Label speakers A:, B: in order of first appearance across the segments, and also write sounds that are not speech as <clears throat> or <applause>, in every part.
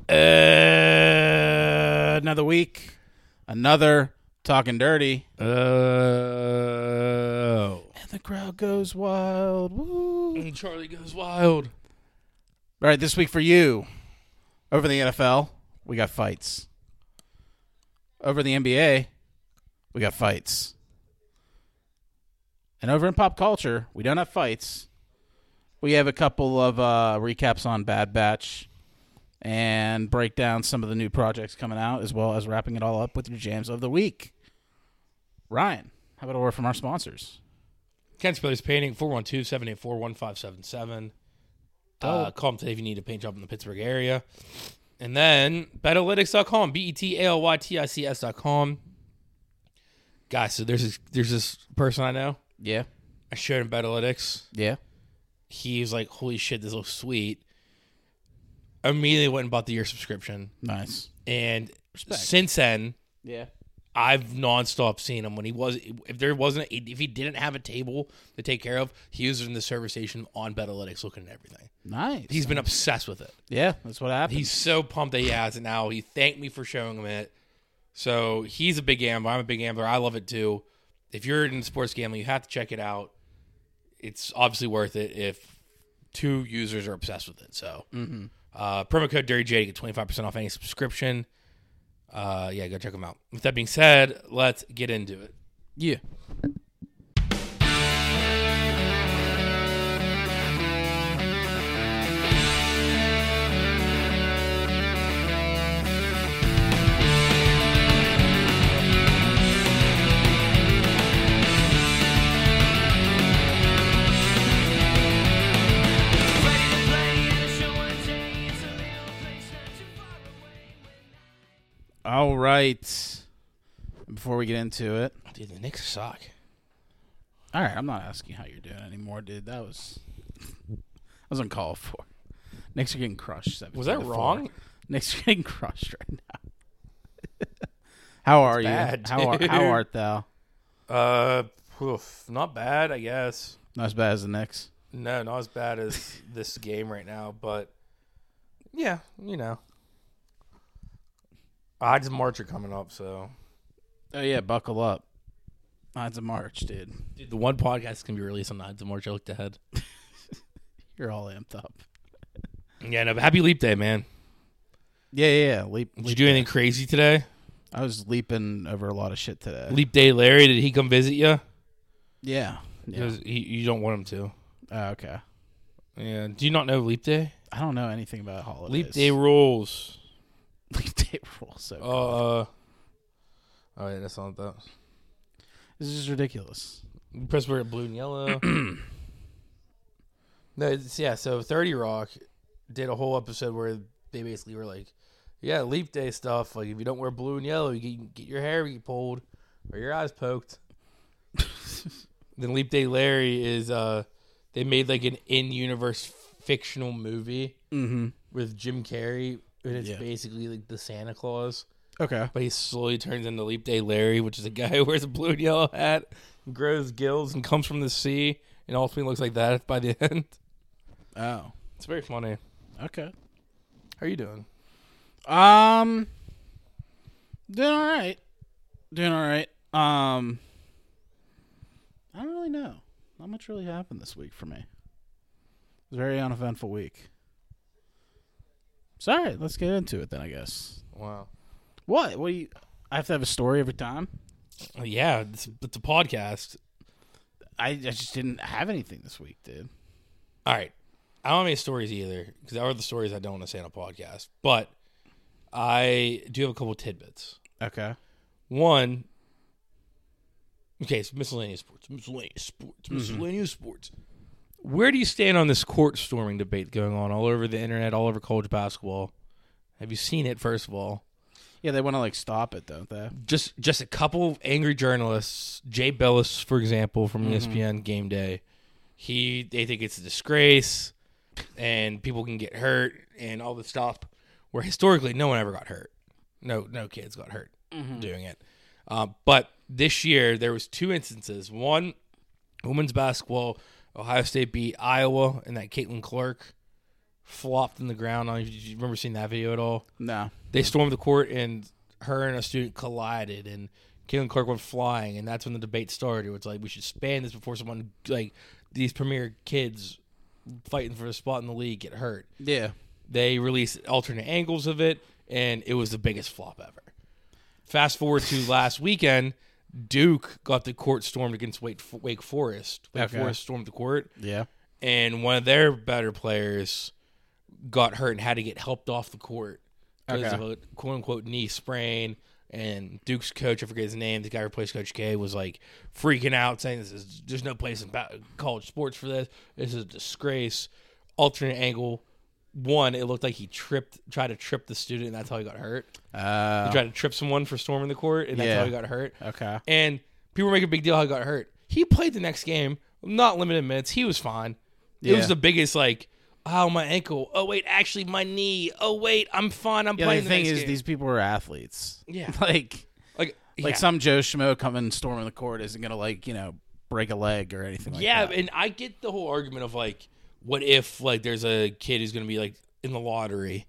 A: of the Uh, week, another talking dirty, Uh,
B: Oh.
A: and the crowd goes wild. Woo.
B: And Charlie goes wild.
A: All right, this week for you, over the NFL, we got fights. Over the NBA, we got fights. And over in pop culture, we don't have fights. We have a couple of uh, recaps on Bad Batch and break down some of the new projects coming out, as well as wrapping it all up with your jams of the week. Ryan, how about a word from our sponsors?
B: Kent's Brothers Painting, 412 784 1577. Uh, call them today if you need a paint job in the Pittsburgh area. And then betalytics.com, B E T A L Y T I C S.com. Guys, so there's this, there's this person I know.
A: Yeah.
B: I showed him Betalytics.
A: Yeah.
B: He was like, holy shit, this looks sweet. Immediately went and bought the year subscription.
A: Nice.
B: And since then,
A: Yeah.
B: I've nonstop seen him when he was if there wasn't if he didn't have a table to take care of, he was in the service station on Betalytics looking at everything.
A: Nice.
B: He's been obsessed with it.
A: yeah, that's what happened.
B: He's so pumped that he has it now. He thanked me for showing him it. So he's a big gambler. I'm a big gambler. I love it too. If you're in sports gambling, you have to check it out. It's obviously worth it if two users are obsessed with it. So uh, promo code Dirty J to get 25% off any subscription. Uh, yeah, go check them out. With that being said, let's get into it.
A: yeah. All right. Before we get into it,
B: Dude, the Knicks suck.
A: all right. I'm not asking how you're doing anymore, dude. That was <laughs> that was uncalled for. Knicks are getting crushed. 17
B: Was that
A: to four.
B: wrong?
A: Knicks are getting <laughs> crushed right now. <laughs> how are you?
B: bad,
A: how are how
B: dude.
A: art thou?
B: Uh, oof, not bad, I guess.
A: Not as bad as the Knicks.
B: No, not as bad as <laughs> this game right now, but yeah, you know. Odds of March are coming up, so
A: Oh yeah, buckle up. Odds of March, dude.
B: Dude, the one podcast can be released on Odds of March. I looked ahead.
A: You're all amped up.
B: Yeah, no, but happy leap day, man.
A: Yeah, yeah. yeah. Leap.
B: Did you do anything crazy today?
A: I was leaping over a lot of shit today.
B: Leap day, Larry. Did he come visit you?
A: Yeah.
B: It
A: Yeah.
B: was- he, you don't want him to.
A: Oh, okay.
B: Yeah. Do you not know leap day?
A: I don't know anything about holidays.
B: Leap day rules.
A: <laughs> Leap day rules. So
B: Uh. Oh yeah, that's not that.
A: This is ridiculous.
B: Press where it blue
A: <clears throat>
B: and yellow. no, it's, yeah. So Thirty Rock did a whole episode where they basically were like, "Yeah, leap day stuff. Like if you don't wear blue and yellow, you get, get your hair pulled or your
A: <laughs>
B: eyes poked." then Leap Day Larry is uh, they made like an in-universe fictional movie
A: Mm-hmm.
B: with Jim Carrey, and it's
A: Yeah.
B: basically like the Santa Claus.
A: Okay.
B: But he slowly turns into Leap Day Larry, which is a guy <laughs> who wears a blue and yellow hat, grows gills, and comes from the sea, and ultimately looks like that by the <laughs> end.
A: Oh.
B: It's very funny.
A: Okay.
B: How are you doing?
A: Um. Doing all right. Doing all right. Um. I don't really know. Not much really happened this week for me. It was a very uneventful week. So, all right, let's get into it then. I guess.
B: Wow.
A: What? What do you? I have to have a story every time.
B: Yeah, it's, it's a podcast.
A: I, I just didn't have anything this week, dude.
B: All right. I don't have any stories either because there are the stories I don't want to say on a podcast, but I do have a couple tidbits.
A: Okay.
B: One, okay, it's miscellaneous sports, miscellaneous sports, miscellaneous sports. Where do you stand on this court storming debate going on all over the internet, all over college basketball? Have you seen it? First of all,
A: Yeah, they want to like stop it, don't they?
B: just just a couple of angry journalists. Jay Billis, for example, from E ESPN Game Day, he they think it's a disgrace, and people can get hurt and all this stuff. Where historically, no one ever got hurt. No, no kids got hurt doing it. Um, but this year, there was two instances. One, women's basketball, Ohio State beat Iowa, and that Caitlin Clark flopped in the ground. I don't know if you- Do you remember seeing that video at all?
A: No.
B: they stormed the court and her and a student collided, and Caitlin Clark went flying, and that's when the debate started. It's like we should span this before someone like these premier kids fighting for a spot in the league get hurt.
A: Yeah.
B: They released alternate angles of it, and it was the biggest flop ever. Fast forward to last weekend, Duke got the court stormed against Wake, Wake Forest. Wake
A: Okay.
B: Forest stormed the court,
A: Yeah.
B: and one of their better players got hurt and had to get helped off the court because
A: Okay.
B: of a quote unquote knee sprain. And Duke's coach, I forget his name, the guy who replaced Coach K, was like freaking out, saying this is there's no place in ba- college sports for this. This is a disgrace. Alternate angle. One, it looked like he tripped, tried to trip the student, and that's how he got hurt. He
A: Uh,
B: tried to trip someone for storming the court, and that's
A: Yeah.
B: how he got hurt.
A: okay.
B: And people make a big deal how he got hurt. He played the next game, not limited minutes. He was fine. It
A: Yeah.
B: was the biggest like, oh my ankle. Oh wait, actually my knee. Oh wait, I'm fine. I'm
A: Yeah,
B: playing
A: the
B: the,
A: thing
B: next
A: is,
B: game.
A: these people are athletes.
B: Yeah.
A: <laughs> like,
B: like
A: like
B: yeah.
A: some Joe Schmo coming storming the court isn't gonna like you know break a leg or anything like
B: yeah,
A: that.
B: and I get the whole argument of like, what if like there's a kid who's gonna be like in the lottery,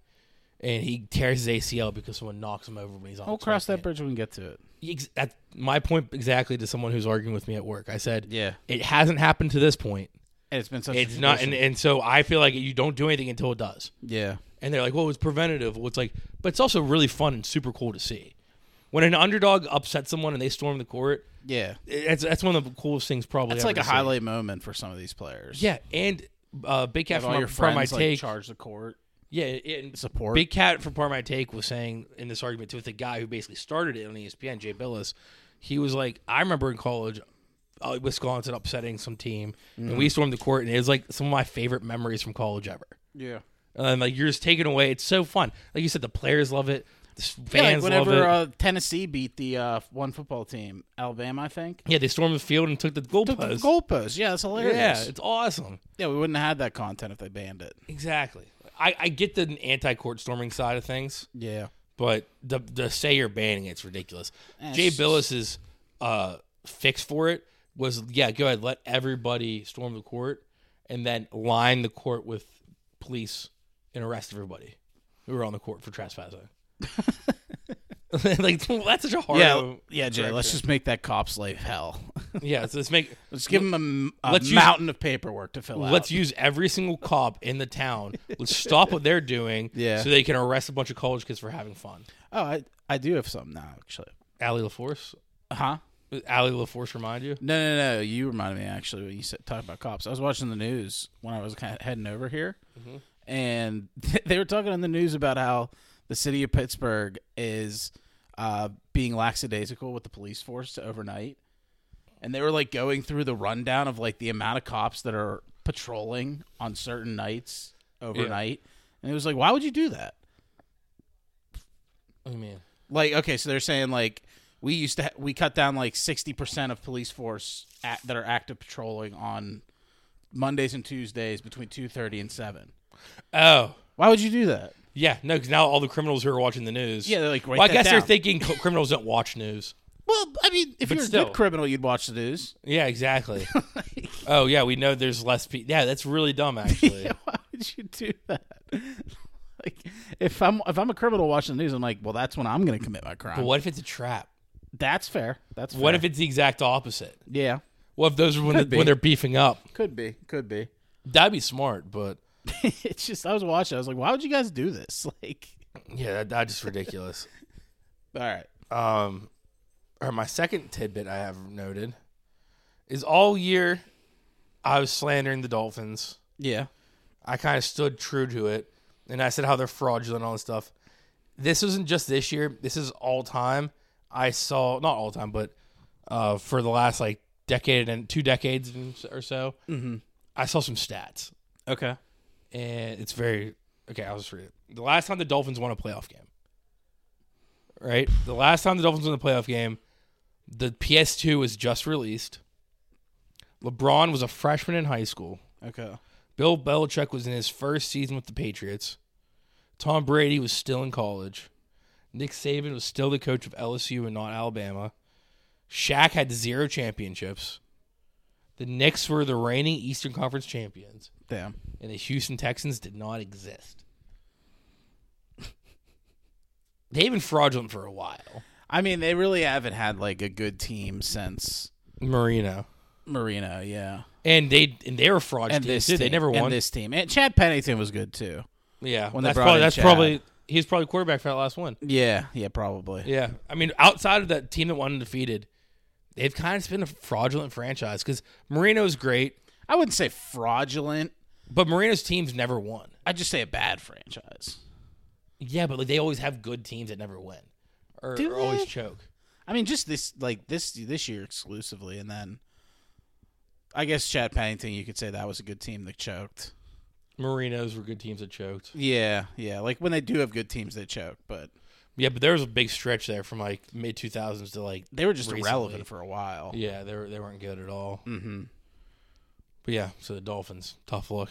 B: and he tears his ACL because someone knocks him over when he's on.
A: We'll
B: the
A: cross that
B: target.
A: bridge when we get to it.
B: Ex- That's my point exactly to someone who's arguing with me at work. I said,
A: Yeah,
B: it hasn't happened to this point.
A: and it's been such.
B: It's
A: a
B: not, and,
A: tradition.
B: and so I feel like you don't do anything until it does.
A: yeah,
B: And they're like, "Well, it's preventative." Well, it's like, but it's also really fun and super cool to see when an underdog upsets someone and they storm the court.
A: yeah.
B: It's that's one of the coolest things probably.
A: It's
B: ever
A: like a
B: to see.
A: highlight moment for some of these players.
B: Yeah, and uh, Big Cat
A: Have
B: from
A: all
B: my,
A: your
B: part of
A: friends
B: my
A: like
B: take.
A: charge the court,
B: yeah, and
A: support.
B: Big Cat for part of my take was saying in this argument too with the guy who basically started it on E ESPN, Jay Billis. He was like, I remember in college, uh, Wisconsin upsetting some team, and
A: Mm.
B: we stormed the court, and it was like some of my favorite memories from college ever.
A: yeah.
B: And Um, like you're just taken away. It's so fun. Like you said, the players love it. The s- fans
A: Yeah, like
B: love
A: whenever
B: it.
A: Uh, Tennessee beat the uh, one football team, Alabama, I think.
B: yeah, they stormed the field and took the
A: Took the
B: goalpost.
A: goalpost. Yeah, that's hilarious.
B: yeah,
A: Yeah,
B: it's awesome.
A: we wouldn't have had that content if they banned it.
B: Exactly. I, I get the anti-court storming side of things,
A: Yeah.
B: but the the say you're banning it's ridiculous.
A: Eh,
B: Jay
A: it's-
B: Billis's uh, fix for it was yeah, go ahead, let everybody storm the court, and then line the court with police and arrest everybody who were on the court for trespassing. <laughs> like that's such a hard
A: Yeah, yeah, Jay. Let's
B: direction.
A: just make that cop's life hell.
B: Yeah, so let's make
A: Let's give him a,
B: Let's use-
A: mountain of paperwork to fill out.
B: let's use every single cop in the town. Let's stop what they're <laughs> doing
A: Yeah.
B: so they can arrest a bunch of college kids for having fun.
A: oh, I, I do have some now, actually.
B: Allie LaForce?
A: Huh?
B: Allie LaForce remind you?
A: No, no, no. You reminded me actually when you said, talked about cops. I was watching the news when I was kind of heading over here, and <laughs> they were talking on the news about how the city of Pittsburgh is uh, being lackadaisical with the police force to overnight, and they were like going through the rundown of like the amount of cops that are patrolling on certain nights overnight, and it was like, why would you do that?
B: I Oh, mean,
A: Like, okay, so they're saying like we used to ha- we cut down like sixty percent of police force at, that are active patrolling on Mondays and Tuesdays between two thirty and seven.
B: oh.
A: Why would you do that?
B: Yeah, no, because now all the criminals who are watching the news.
A: Yeah, they're like, write
B: well, I
A: that
B: guess they're
A: down.
B: thinking co- criminals don't watch news.
A: Well, I mean, if
B: But
A: you're a
B: still.
A: good criminal, you'd watch the news.
B: Yeah, exactly. <laughs> oh yeah, we know there's less people. <laughs> Yeah, that's really dumb actually.
A: Yeah, <laughs> why would you do that? <laughs> like, if I'm if I'm a criminal watching the news, I'm like, well, that's when I'm going to commit my crime.
B: But what if it's a trap?
A: That's fair. That's fair.
B: What if it's the exact opposite?
A: yeah,
B: What if those are when,
A: Could
B: the,
A: be.
B: when they're beefing up?
A: could be, could be.
B: That'd be smart, but
A: <laughs> it's just I was watching. I was like, why would you guys do this? <laughs> Like,
B: yeah, that, that's just ridiculous.
A: all right,
B: um, or my second tidbit I have noted is all year I was slandering the Dolphins.
A: yeah,
B: I kind of stood true to it, and I said how they're fraudulent and all this stuff. This isn't just this year. This is all time. I saw not all time, but uh, for the last like decade and two decades and s- or so, I saw some stats,
A: okay,
B: and it's very okay. I'll just read it. The last time the Dolphins won a playoff game, right? The last time the Dolphins won a playoff game, the PS2 was just released. LeBron was a freshman in high school.
A: okay.
B: Bill Belichick was in his first season with the Patriots. Tom Brady was still in college. Nick Saban was still the coach of LSU and not Alabama. Shaq had zero championships. The Knicks were the reigning Eastern Conference champions,
A: Damn.
B: and the Houston Texans did not exist. They've been fraudulent for a while.
A: I mean, they really haven't had like a good team since
B: Marino.
A: Marino. Yeah,
B: And they and they were fraud
A: and
B: teams,
A: this
B: too. They
A: team-
B: never won.
A: And this team and Chad Pennington was good too.
B: yeah,
A: when they
B: that's
A: brought
B: probably
A: in
B: that's
A: Chad.
B: probably he was probably quarterback for that last one.
A: Yeah, yeah, probably.
B: Yeah, I mean, outside of that team that won undefeated, they've kind of been a fraudulent franchise because Marino's great,
A: I wouldn't say fraudulent.
B: but Marino's teams never won.
A: I'd just say a bad franchise.
B: Yeah, but like they always have good teams that never win or,
A: Do
B: or always
A: they?
B: choke.
A: I mean, just this like this this year exclusively, and then I guess Chad Pennington. You could say that was a good team that choked.
B: Marinos were good teams that choked.
A: Yeah, yeah. Like when they do have good teams, they choke, but
B: Yeah, but there was a big stretch there from like mid two thousands to like
A: they were just
B: Recently.
A: irrelevant for a while.
B: yeah, they were, they weren't good at all.
A: Mm-hmm.
B: But yeah, so the Dolphins, tough look.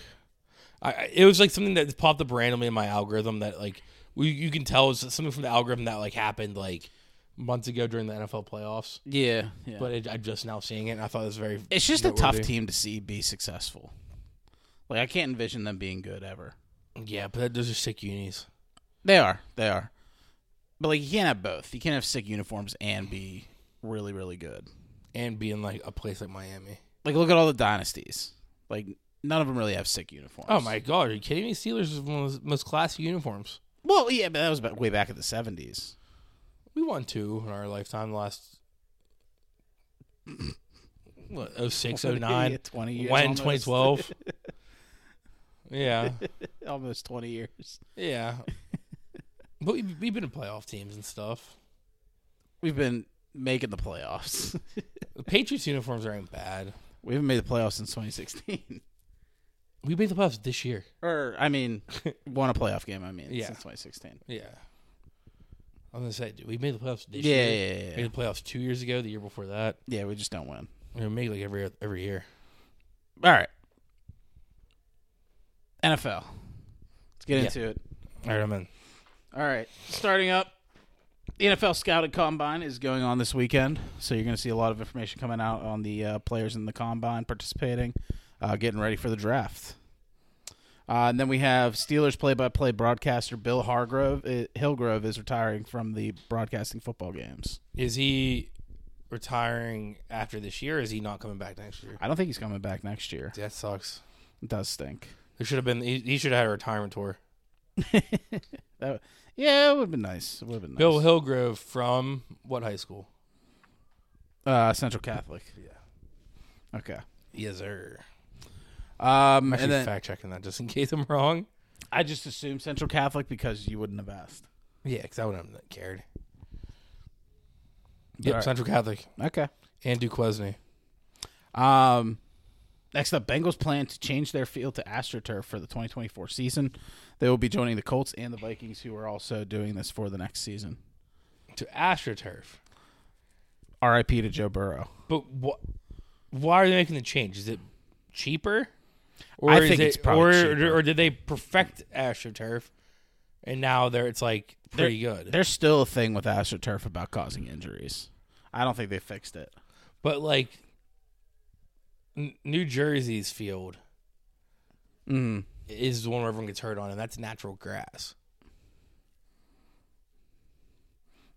B: I, I it was like something that popped up randomly in my algorithm that like we, you can tell it's something from the algorithm that like happened like months ago during the NFL playoffs.
A: Yeah, yeah.
B: But it, I'm just now seeing it, and I thought it was very.
A: It's just a
B: noteworthy.
A: tough team to see be successful. Like I can't envision them being good ever.
B: Yeah, but that, those are sick unis.
A: They are. They are. But like you can't have both. You can't have sick uniforms and be really, really good.
B: And being like a place like Miami.
A: Like look at all the dynasties. Like none of them really have sick uniforms.
B: Oh my god, are you kidding me? Steelers is one of the most classy uniforms.
A: Well, yeah, but that was back, way back in the seventies.
B: We won two in our lifetime. The last
A: <clears throat>
B: what
A: <laughs>
B: 06, 09,
A: twenty years.
B: when
A: almost.
B: 2012. yeah,
A: <laughs> almost twenty years. <laughs>
B: yeah. But we, we've been in playoff teams and stuff.
A: We've been making the playoffs. <laughs>
B: The Patriots uniforms aren't bad.
A: we haven't made the playoffs since twenty sixteen.
B: We made the playoffs this year.
A: or I
B: <laughs>
A: mean, won a playoff game. I mean,
B: Yeah.
A: since twenty sixteen.
B: Yeah. I'm gonna say, dude, we made the playoffs this
A: Yeah,
B: year.
A: yeah, yeah, yeah.
B: Made the playoffs two years ago. The year before that,
A: Yeah, we just don't win.
B: we make like every every year.
A: All right. NFL. Let's get
B: Yeah.
A: into it.
B: All right, I'm in.
A: All right. Starting up, the NFL Scouted Combine is going on this weekend. So you're going to see a lot of information coming out on the uh, players in the Combine participating, uh, getting ready for the draft. Uh, and then we have Steelers play-by-play broadcaster Bill Hargrove. Uh, Hillgrove is retiring from the broadcasting football games.
B: Is he retiring after this year? Or is he not coming back next year?
A: I don't think he's coming back next year.
B: That sucks.
A: It does stink.
B: There should have been. He, he should have had a retirement tour.
A: That, yeah, it would have been nice. It would have been nice.
B: Bill Hillgrove from what high school?
A: Uh, Central Catholic.
B: Yeah.
A: Okay.
B: Yes, sir.
A: Um,
B: I'm actually
A: and then
B: fact checking that just in case I'm wrong.
A: I just assumed Central Catholic because you wouldn't have asked.
B: Yeah, because I wouldn't have cared.
A: All
B: Yep,
A: right.
B: Central Catholic
A: Okay.
B: and Duquesne.
A: Um, next up, Bengals plan to change their field to AstroTurf for the 2024 season. They will be joining the Colts and the Vikings, who are also doing this for the next season.
B: to AstroTurf.
A: RIP to Joe Burrow.
B: But wh- why are they making the change? Is it cheaper? Or
A: I
B: is
A: think
B: it-
A: it's probably
B: or,
A: cheaper.
B: or did they perfect AstroTurf and now they're it's like pretty good.
A: There's still a thing with AstroTurf about causing injuries. I don't think they fixed it.
B: But like N- New Jersey's field
A: Mm.
B: is the one where everyone gets hurt on and that's natural grass.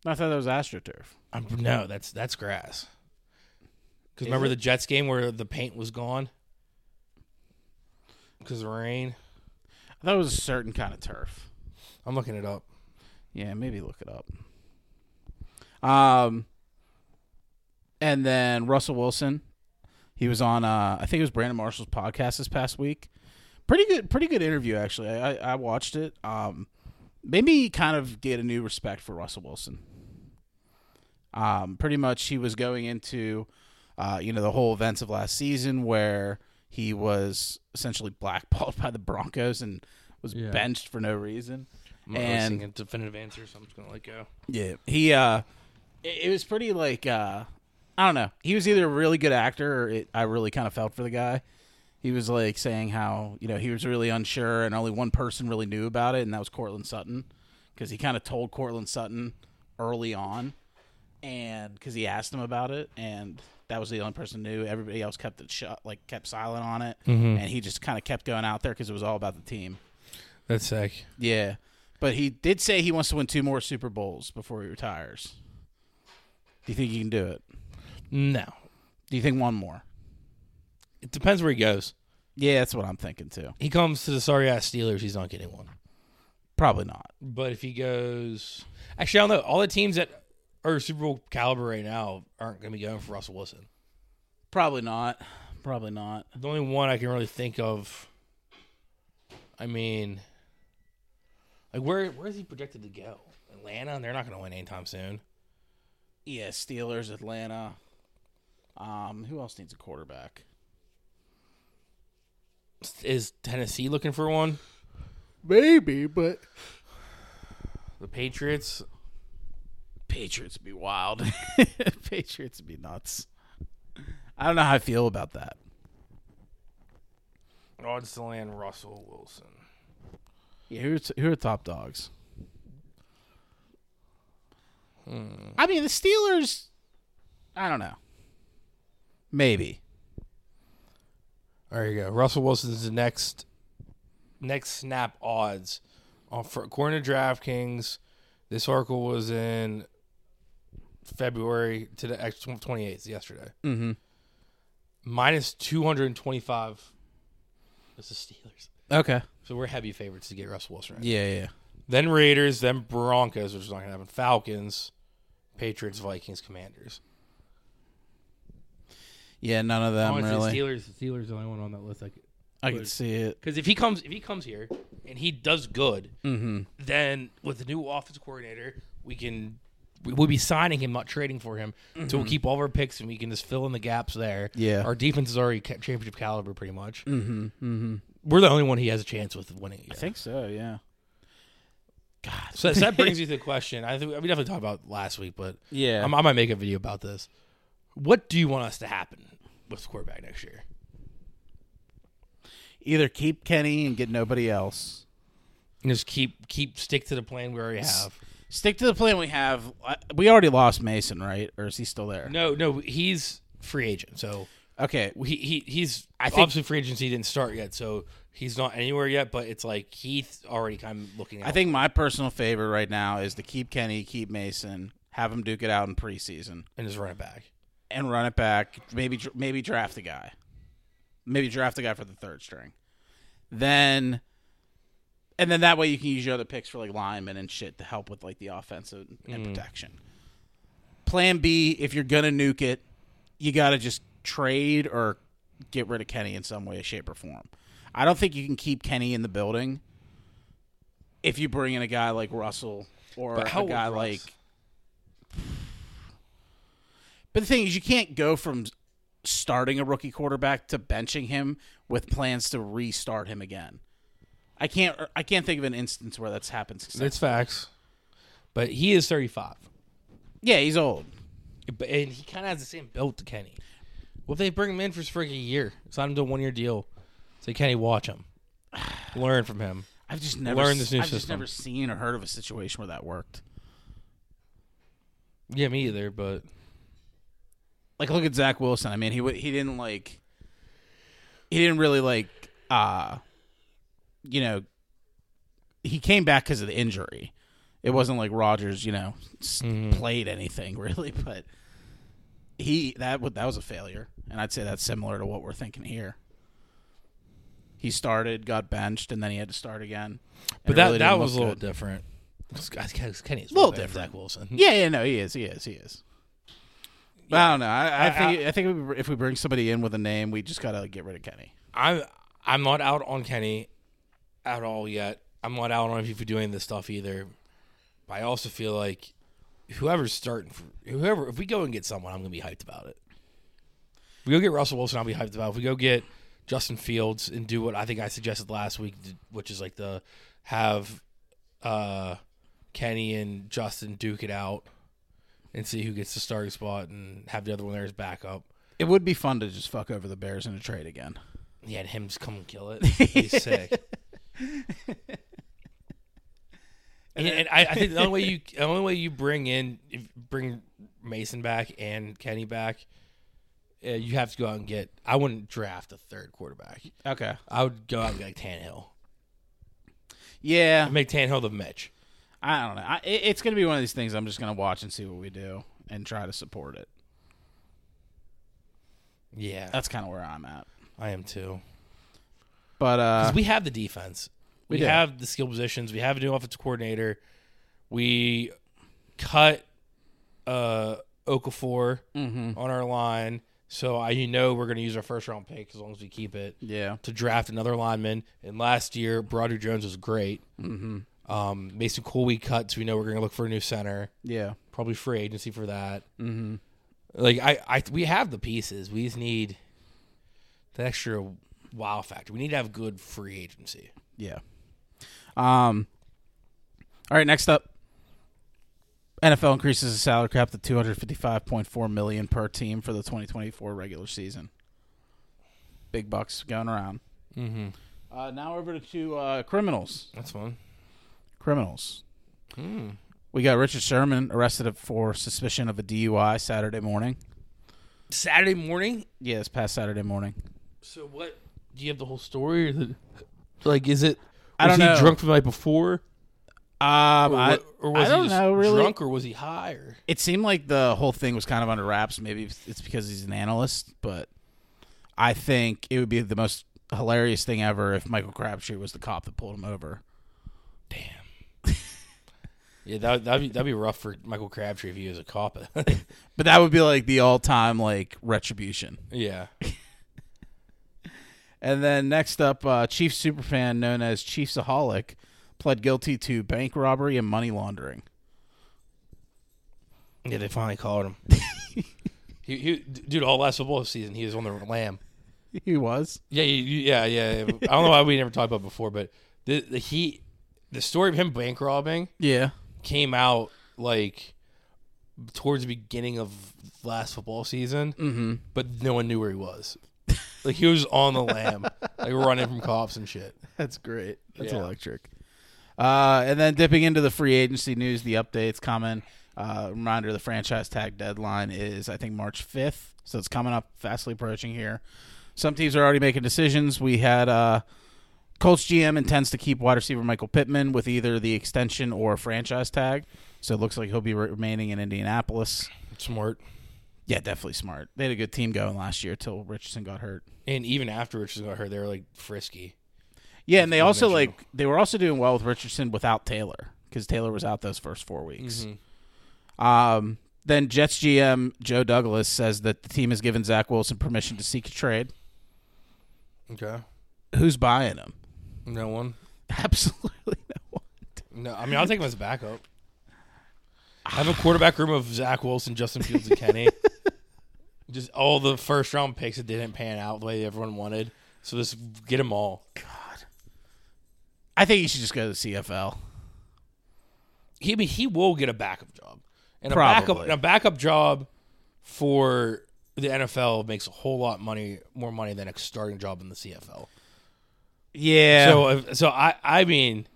A: I thought that was AstroTurf.
B: Um, no, that's that's grass. Cuz
A: Is
B: remember
A: it?
B: the Jets game where the paint was gone? Cuz rain.
A: I thought it was a certain kind of turf.
B: I'm looking it up.
A: Yeah, maybe look it up. Um, and then Russell Wilson, he was on. Uh, I think it was Brandon Marshall's podcast this past week. Pretty good, pretty good interview actually. I, I, I watched it. Um, made me kind of get a new respect for Russell Wilson. Um, pretty much, he was going into, uh, you know, the whole events of last season where he was essentially <laughs> blackballed by the Broncos and was
B: Yeah.
A: benched for no reason.
B: I'm not really
A: And-
B: singing definitive answer, so I'm just going to let go.
A: Yeah, he. uh It, it was pretty like uh I don't know. He was either a really good actor, or it, I really kind of felt for the guy. He was like saying how you know he was really unsure, and only one person really knew about it, and that was Cortland Sutton, because he kind of told Cortland Sutton early on, and because he asked him about it, and that was the only person who knew. Everybody else kept it shut, like kept silent on it, and he just kind of kept going out there because it was all about the team.
B: That's sick.
A: Yeah, But he did say he wants to win two more Super Bowls before he retires. Do you think he can do it?
B: No,
A: Do you think one more?
B: it depends where he goes.
A: Yeah, that's what I'm thinking too.
B: He comes to the sorry ass Steelers, he's not getting one.
A: Probably not.
B: But if he goes, actually, I don't know. All the teams that are Super Bowl caliber right now aren't going to be going for Russell Wilson.
A: Probably not. Probably not.
B: The only one I can really think of. I mean, like where where is he projected to go? Atlanta. They're not going to win anytime soon.
A: Yeah, Steelers, Atlanta. Um, who else needs a quarterback?
B: Is Tennessee looking for one?
A: Maybe, but
B: The Patriots.
A: Patriots would be wild. <laughs> Patriots would be nuts. I don't know how I feel about that.
B: Odds to land Russell Wilson.
A: Yeah, who are, t- who are top dogs? I mean, the Steelers. I don't know. Maybe.
B: There you go. Russell Wilson's the next next snap odds. On for, according to DraftKings, this article was in February to the ex- 28th yesterday.
A: Mm-hmm.
B: Minus 225. This is Steelers.
A: Okay.
B: So we're heavy favorites to get Russell Wilson. Right?
A: Yeah, yeah.
B: Then Raiders, then Broncos, which is not going to happen. Falcons, Patriots, Vikings, Commanders.
A: Yeah, none of them really.
B: Steelers. The Steelers are the only one on that list. Like,
A: I can see it.
B: because if he comes, if he comes here and he does good,
A: Mm-hmm.
B: then with the new offense coordinator, we can we will be signing him, not trading for him. So we'll keep all of our picks and we can just fill in the gaps there.
A: Mm-hmm. Yeah.
B: our defense is already ca- championship caliber, pretty much.
A: Mm-hmm. Mm-hmm.
B: We're the only one he has a chance with winning.
A: I think so. Yeah. God.
B: <laughs>
A: <laughs>
B: so. so that brings you to the question. I think we definitely talked about it last week, but
A: Yeah.
B: I'm- I might make a video about this. What do you want us to happen with quarterback next year?
A: Either keep Kenny and get nobody else.
B: And just keep keep stick to the plan we already have.
A: Stick to the plan we have. I- We already lost Mason, right? Or is he still there?
B: No, no, he's free agent, so
A: Okay.
B: he, he he's I
A: think-
B: obviously free agency didn't start yet, so he's not anywhere yet. But it's like Heath already kind of looking. Out.
A: I think my personal favorite right now is to keep Kenny, keep Mason, have him duke it out in preseason,
B: and just run it back.
A: and run it back. Maybe dr- maybe draft a guy, maybe draft a guy for the third string. Then, and then that way you can use your other picks for like linemen and shit to help with like the offensive and
B: Mm.
A: protection. Plan B, if you're gonna nuke it, you got to just trade or get rid of Kenny in some way, shape, or form. I don't think you can keep Kenny in the building if you bring in a guy like Russell or
B: But how
A: a guy
B: old
A: like.
B: Russ?
A: But the thing is, you can't go from starting a rookie quarterback to benching him with plans to restart him again. I can't. er, I can't think of an instance where that's happened. successfully.
B: facts, but he is thirty five,
A: Yeah, he's old.
B: and he kind of has the same build to Kenny. What if they bring him in for freaking a year? Sign him to a one year deal. Say Kenny, watch him, <sighs> learn from him.
A: I've just never
B: Learn this new
A: I've just
B: system.
A: never seen or heard of a situation where that worked.
B: Yeah, me either, but
A: like look at Zach Wilson. I mean, he wa- he didn't like he didn't really like uh you know he came back because of the injury. It wasn't like Rogers, you know, s
B: Mm-hmm.
A: played anything <laughs> really, but he that wa- that was a failure, and I'd say that's similar to what we're thinking here. He started, got benched, and then he had to start again. and
B: but
A: it
B: that
A: really
B: that
A: didn't
B: was a
A: look
B: little
A: good.
B: different. Kenny is
A: Little
B: way better than
A: different.
B: Zach Wilson.
A: Yeah, yeah, no, he is, he is, he is. But I don't know. I, I, think I think if we bring somebody in with a name, we just gotta get rid of Kenny.
B: I'm I'm not out on Kenny at all yet. I'm not out on if you're doing this stuff either. But I also feel like whoever's starting for whoever if we go and get someone, I'm gonna be hyped about it. If we go get Russell Wilson, I'll be hyped about it. If we go get Justin Fields and do what I think I suggested last week, which is like the have uh Kenny and Justin duke it out and see who gets the starting spot and have the other one there as backup.
A: It would be fun to just fuck over the Bears in a trade again.
B: Yeah, and him just come and kill it. He's sick. and, and I, I think the only way you the only way you bring in if you bring Mason back and Kenny back, uh, you have to go out and get. I wouldn't draft a third quarterback.
A: Okay.
B: I would go out and get like Tannehill.
A: Yeah,
B: Make Tannehill the Mitch.
A: I don't know. I, it, it's going to be one of these things. I'm just going to watch and see what we do and try to support it.
B: Yeah,
A: That's kind of where I'm at.
B: I am too.
A: But uh,
B: 'Cause we have the defense.
A: We
B: We,
A: do.
B: have the skill positions. We have a new offensive coordinator. We cut uh, Okafor on our line, so I you know we're going to use our first round pick as long as we keep it
A: yeah,
B: to draft another lineman. And last year, Broderick Jones was great. Mm-hmm. Um, Mason Cool we cut, so we know we're going to look for a new center,
A: yeah,
B: probably free agency for that. Mm-hmm. Like I, I, we have the pieces. We just need that extra wow factor. We need to have good free agency.
A: yeah. Um. All right. Next up, NFL increases the salary cap to 255.4 million per team for the 2024 regular season. Big bucks going around.
B: Mm-hmm.
A: Uh, now over to uh, criminals.
B: That's fun.
A: criminals.
B: Hmm.
A: We got Richard Sherman arrested for suspicion of a DUI Saturday morning.
B: Saturday morning.
A: Yeah, this past Saturday morning.
B: So what? Do you have the whole story? Or is it, like, is it?
A: I
B: was
A: don't
B: he
A: know.
B: drunk from the night before?
A: Um,
B: Or,
A: I,
B: wa- or was
A: I don't
B: he just
A: know really.
B: drunk, or was he high? Or
A: It seemed like the whole thing was kind of under wraps. Maybe it's because he's an analyst, but I think it would be the most hilarious thing ever if Michael Crabtree was the cop that pulled him over.
B: damn. yeah, that that'd be, that'd be rough for Michael Crabtree if he was a cop. <laughs>
A: But that would be like the all-time like retribution.
B: yeah.
A: And then next up, uh, Chief superfan known as Chiefsaholic pled guilty to bank robbery and money laundering. <laughs>
B: Yeah, they finally called him. <laughs> he, he, dude, all last football season, he was on the lamb.
A: He was.
B: Yeah, you, you, yeah, yeah. yeah. I don't know why we never talked about it before, but the, the he, the story of him bank robbing
A: Yeah.
B: came out like towards the beginning of last football season, mm-hmm. but no one knew where he was. like he was on the lam, like running from cops and shit.
A: That's great. That's
B: Yeah.
A: electric. Uh, and then dipping into the free agency news, the updates coming. Uh, reminder: the franchise tag deadline is, I think, March fifth, so it's coming up, fastly approaching here. Some teams are already making decisions. We had uh, Colts GM intends to keep wide receiver Michael Pittman with either the extension or franchise tag, so it looks like he'll be re- remaining in Indianapolis.
B: Smart.
A: Yeah, definitely smart. They had a good team going last year till Richardson got hurt.
B: And even after Richardson got hurt, they were like frisky.
A: Yeah, and they also
B: mentioned.
A: like they were also doing well with Richardson without Taylor because Taylor was out those first four weeks. Um, then Jets GM Joe Douglas says that the team has given Zach Wilson permission to seek a trade.
B: Okay.
A: Who's buying him? <laughs>
B: No one.
A: Absolutely no one.
B: No, I mean I'll take him as a backup. I have a quarterback room of Zach Wilson, Justin Fields, and Kenny.
A: <laughs>
B: Just all the first round picks that didn't pan out the way everyone wanted. So just get them all.
A: God, I think you should just go to the CFL.
B: he I mean, he will get a backup job, and a backup
A: Probably.
B: and a backup job for the NFL makes a whole lot money more money than a starting job in the CFL.
A: Yeah.
B: So if, so I I mean,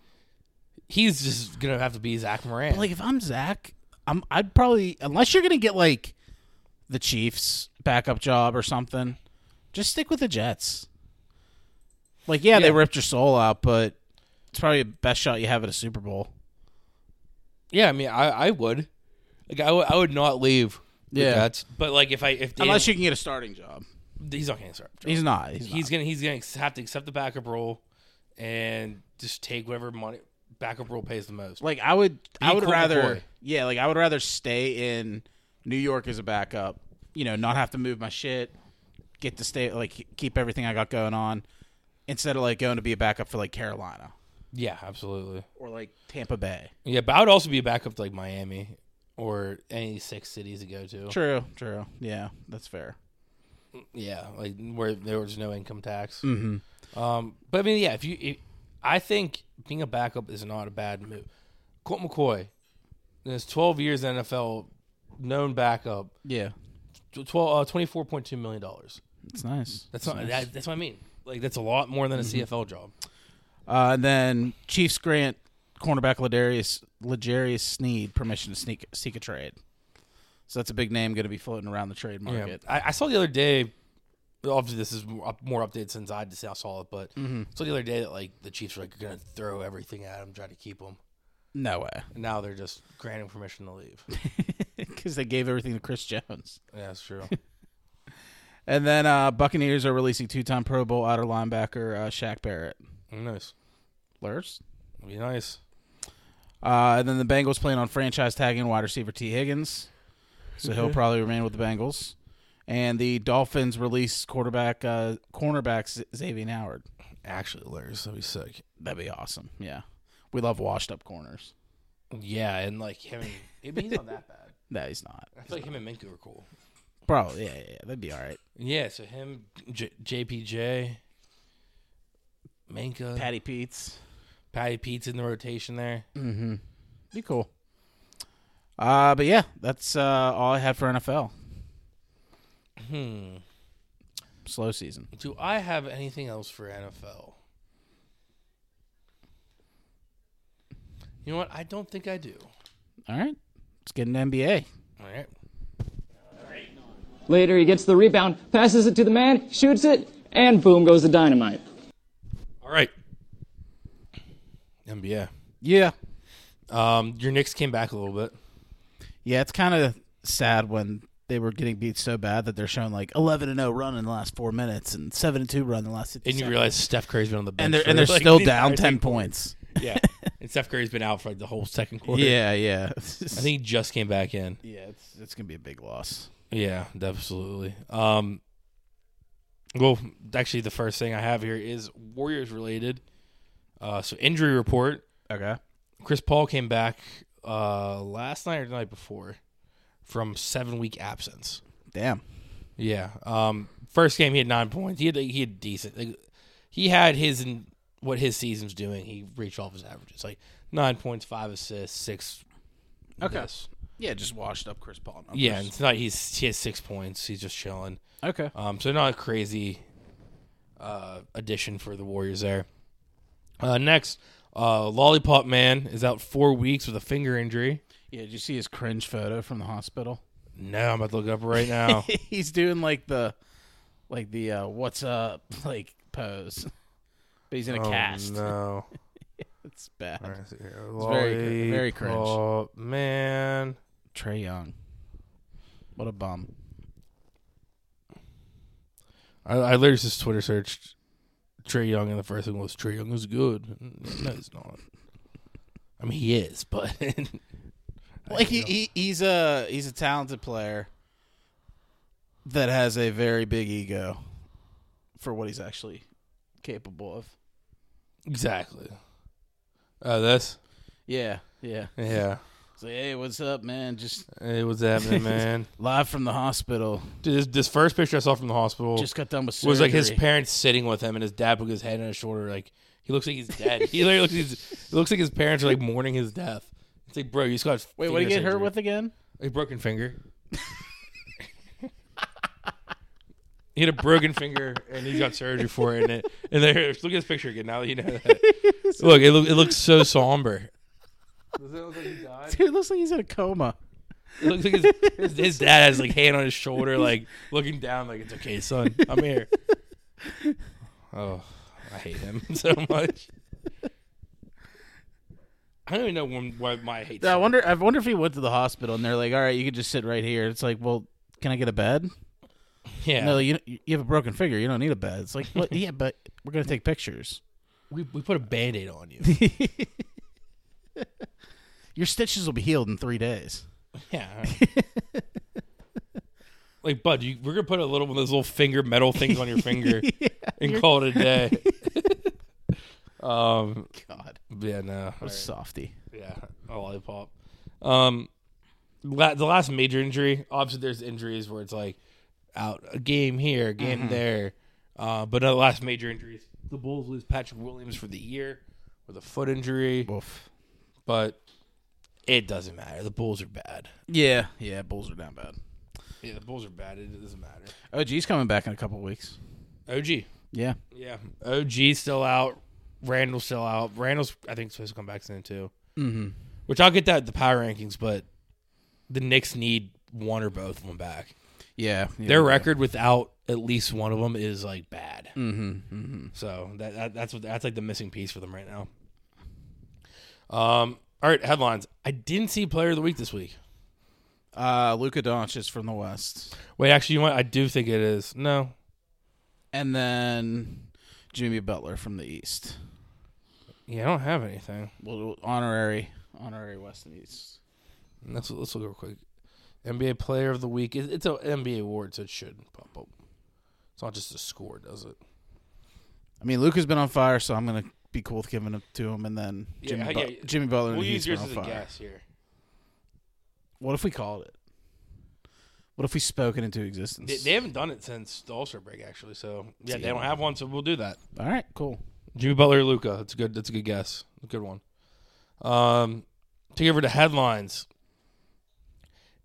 B: he's just gonna have to be Zach Moran.
A: like if I'm Zach, I'm I'd probably unless you're gonna get like the Chiefs backup job or something, just stick with the Jets. Like yeah, they
B: Yeah.
A: ripped your soul out, but it's probably the best shot you have at a Super Bowl.
B: yeah, I mean I I would like I would I would not leave. the
A: Yeah.
B: Jets. but like if I if they
A: Unless you can get a starting job.
B: he's not gonna start. a job.
A: He's not. He's,
B: he's
A: not.
B: gonna he's gonna have to accept the backup role and just take whatever money backup role pays the most.
A: like I would I would
B: Colt
A: rather
B: McCoy.
A: yeah, like I would rather stay in New York as a backup, you know, not have to move my shit, get to stay like keep everything I got going on instead of like going to be a backup for like Carolina
B: Yeah, absolutely.
A: or like Tampa Bay.
B: Yeah, but I would also be back up to like Miami or any six cities to go to.
A: True, true. Yeah, that's fair.
B: Yeah, like where there was no income tax. Mm-hmm. Um, but I mean, yeah, if you, if, I think being a backup is not a bad move. Colt McCoy, there's 12 years in the NFL, known backup,
A: Yeah,
B: tw- 12, uh, 24.2 million dollars.
A: it's nice.
B: That's not, that, that's what I mean. Like that's a lot more than a CFL job.
A: Uh, and then Chiefs grant cornerback Ladarius Ladarius Sneed permission to sneak seek a trade. So that's a big name going to be floating around the trade
B: Yeah,
A: market.
B: I, I saw the other day obviously this is more up- more updated since I just now saw it, but so the other day that like the Chiefs were like gonna throw everything at him, try to keep him,
A: No way. <laughs>
B: and now they're just granting permission to leave. <laughs>
A: Because they gave everything to Chris Jones.
B: yeah, that's true.
A: And then uh, Buccaneers are releasing two-time Pro Bowl outer linebacker uh, Shaq Barrett.
B: nice,
A: Lurs.
B: be nice.
A: Uh, and then the Bengals plan on franchise tagging wide receiver T. Higgins, so he'll probably remain with the Bengals. And the Dolphins release quarterback uh, cornerback Z- Xavier Howard.
B: Actually, Lurs, that'd be sick.
A: That'd be awesome. Yeah, we love washed up corners.
B: Yeah, and like him, <laughs> and, I mean, he's not that bad.
A: No, he's not.
B: I feel like him and Minku were cool.
A: Probably. Yeah, yeah, yeah. That'd be all right.
B: Yeah, so him, J- JPJ, Minka, Patty,
A: Patty Peets.
B: Pete's in the rotation there.
A: Mm-hmm. Be cool. Uh, but yeah, that's uh, all I have for NFL.
B: Hmm.
A: Slow season.
B: Do I have anything else for NFL? You know what? I don't think I do.
A: All right, let's get into NBA.
B: All right.
C: Later, he gets the rebound, passes it to the man, shoots it, and boom goes the dynamite.
B: All right. NBA.
A: Yeah,
B: Um, your Knicks came back a little bit.
A: Yeah, it's kind of sad when they were getting beat so bad that they're showing like eleven and zero run in the last four minutes and seven and two run in the last. 50
B: And you
A: seconds.
B: realize Steph Curry's been on the bench.
A: and they're
B: for,
A: and they're <laughs>
B: like, <laughs>
A: still
B: the
A: down
B: entire
A: ten
B: second
A: <laughs>
B: quarter.
A: points.
B: Yeah. And Steph Curry's been out for like the whole second quarter.
A: Yeah, yeah.
B: I
A: <laughs>
B: think he just came back in.
A: yeah, it's it's gonna be a big loss.
B: Yeah, absolutely. Um, well, actually, the first thing I have here is Warriors related. Uh, so injury report:
A: Okay.
B: Chris Paul came back uh, last night or the night before from seven week absence.
A: Damn.
B: Yeah. Um, first game he had nine points. He had he had decent. Like, he had his and what his season's doing. He reached all of his averages, like nine points, five assists, six.
A: Okay.
B: this.
A: Yeah, just washed up Chris Paul. numbers.
B: Yeah, and tonight he's he has six points. He's just chilling.
A: Okay.
B: Um, so not a crazy uh, addition for the Warriors there. Uh, next, uh, Lollipop Man is out four weeks with a finger injury.
A: Yeah, did you see his cringe photo from the hospital?
B: No, I'm about to look it up right now.
A: <laughs> He's doing like the, like the uh, what's up <laughs> like pose, but he's in a cast.
B: no.
A: It's bad.
B: It's
A: very cr- very cringe.
B: Man.
A: Trey Young. What a bum.
B: I, I literally just Twitter searched Trey Young, and the first thing was Trey Young is good. No, he's not. I mean, he is, but. <laughs>
A: like he, he he's a he's a talented player that has a very big ego for what he's actually capable of.
B: exactly. Uh, this?
A: Yeah, yeah.
B: Yeah.
A: It's like, hey, what's up, man? Just
B: Hey,
A: <laughs>
B: what's happening, man?
A: live from the hospital.
B: Dude, this, this first picture I saw from the hospital
A: Just got done with surgery.
B: was like his parents sitting with him, and his dad put his head on his shoulder. Like he looks like he's dead. he literally looks, he's, <laughs> it looks like his parents are like mourning his death. It's like, bro, you just got
A: Wait, what did he get hurt with again?
B: A broken finger. he had a broken finger, and he got surgery for it. And, it, and there, look at this picture again. Now that you know that. look, it, look, it looks so somber. Does it look like he died?
A: Dude, it looks like he's in a coma.
B: It looks like his, his, his dad has like hand on his shoulder, like looking down, like it's okay, son. I'm here. Oh, I hate him <laughs> so much. I don't even know when, why my hate.
A: I wonder I wonder if he went to the hospital and they're like, "All right, you can just sit right here." It's like, "Well, can I get a bed?"
B: yeah,
A: No, you you have a broken finger. You don't need a bed. It's like, <laughs> "Well, yeah, but we're going to take pictures."
B: we we put a band-aid on you.
A: Your stitches will be healed in three days.
B: Yeah. <laughs> like, bud, you, we're gonna put a little one of those little finger metal things on your finger and call it a day. um.
A: God,
B: Yeah. No.
A: what a softy.
B: Yeah, a lollipop. Um, la- the last major injury. Obviously, there's injuries where it's like out a game here, a game there. Uh, but the last major injuries, the Bulls lose Patrick Williams for the year with a foot injury.
A: Woof.
B: But it doesn't matter. The Bulls are bad.
A: Yeah, yeah. Bulls are down bad.
B: Yeah, the Bulls are bad. It doesn't matter.
A: OG's coming back in a couple weeks.
B: OG.
A: Yeah,
B: Yeah, OG's still out. Randall's still out. Randall's I think supposed to come back soon too. Mm-hmm. Which I'll get that at the power rankings, but the Knicks need one or both of them back.
A: Yeah, yeah,
B: Their
A: yeah.
B: record without at least one of them is like bad. Mm-hmm, So that, that that's what that's like the missing piece for them right now. Um. All right, headlines. I didn't see player of the week this week.
A: Uh, Luka Doncic from the West,
B: Wait, actually, you know what? I do think it is. No,
A: and then Jimmy Butler from the East.
B: yeah, I don't have anything.
A: Well, honorary, honorary West and East.
B: Let's let's look real quick. NBA Player of the Week. It, it's an NBA award, so it should pop up. It's not just a score, does it?
A: I mean, Luka's been on fire, so I'm gonna be cool with giving it to him. And then
B: Yeah,
A: Jimmy,
B: I-
A: Bu-
B: yeah.
A: Jimmy Butler and
B: We'll
A: the
B: use
A: Heat's been
B: yours
A: on
B: as a
A: fire.
B: guess here.
A: What if we called it? What if we spoke it into existence?
B: They, they haven't done it since the All Star break, actually. So yeah, they don't have one, so we'll do that.
A: All right, cool.
B: Jimmy Butler, or Luca. That's a good. That's a good guess. A good one. Um, take over to headlines.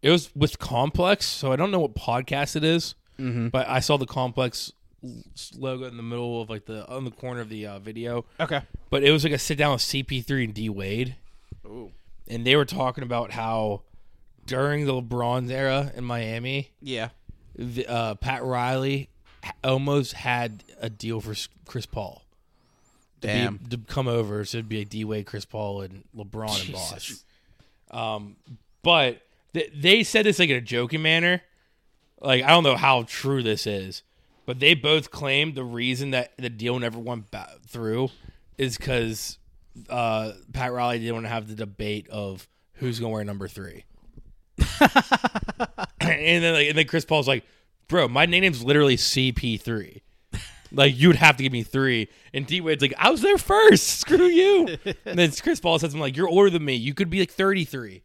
B: It was with Complex, so I don't know what podcast it is, but I saw the Complex l- logo in the middle of like the on the corner of the uh, video.
A: Okay.
B: But it was like a sit down with CP3 and D Wade. And they were talking about how during the LeBron's era in Miami,
A: Yeah.
B: the, uh, Pat Riley ha- almost had a deal for S- Chris Paul. to be-
A: Damn.
B: to come over. So it'd be a D Wade, Chris Paul, and LeBron and Bosh.
A: Jesus.
B: But th- they said this like in a joking manner. Like I don't know how true this is, but they both claimed the reason that the deal never went ba- through is because uh, Pat Riley didn't want to have the debate of who's gonna wear number three. <laughs> and then like and then Chris Paul's like, bro, my name's literally CP three. Like you'd have to give me three, and D Wade's like, I was there first. <laughs> Screw you. and then Chris Paul says, "I'm like, you're older than me. You could be like 33."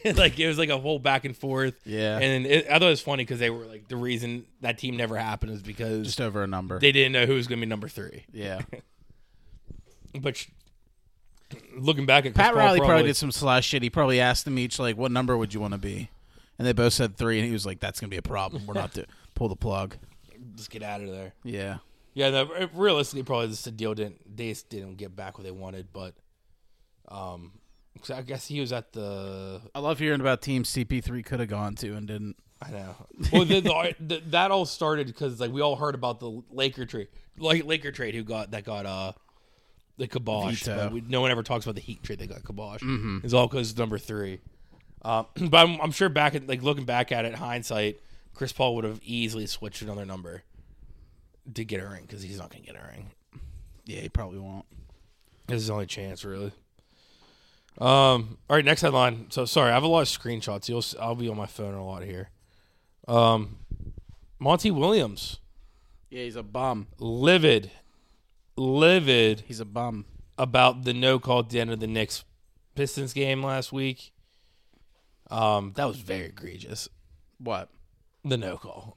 B: <laughs> like it was like a whole back and forth.
A: Yeah.
B: And it, I thought it was funny because they were like, the reason that team never happened is because
A: Just over a number.
B: they didn't know who was going to be number three.
A: yeah.
B: But sh- looking back at Chris
A: Pat
B: Paul
A: Riley probably, did some slash shit. He probably asked them each like, "What number would you want to be?" And they both said three, and he was like, "That's gonna be a problem. We're <laughs> not to pull the plug."
B: just get out of there.
A: Yeah.
B: Yeah, no, re- realistically, probably just the deal didn't they just didn't get back what they wanted, but um, 'cause I guess he was at the
A: I love hearing about teams CP3 could have gone to and didn't.
B: I know. <laughs> Well, the, the, the, that all started because like we all heard about the Laker trade, like Laker trade who got that got uh the kibosh.
A: Veto.
B: But we, no one ever talks about the Heat trade that got kibosh. It's all because number three. Um, <clears throat> but I'm, I'm sure back at like looking back at it, hindsight, Chris Paul would have easily switched another number to get a ring because he's not going to get a ring.
A: Yeah, he probably won't.
B: This is his only chance, really. Um. All right, next headline. So sorry, I have a lot of screenshots. You'll, s- I'll be on my phone a lot here. Um, Monty Williams,
A: Yeah, he's a bum.
B: livid, livid
A: He's a bum.
B: about the no call at the end of the Knicks Pistons game last week. Um, that was very egregious.
A: What?
B: The no call.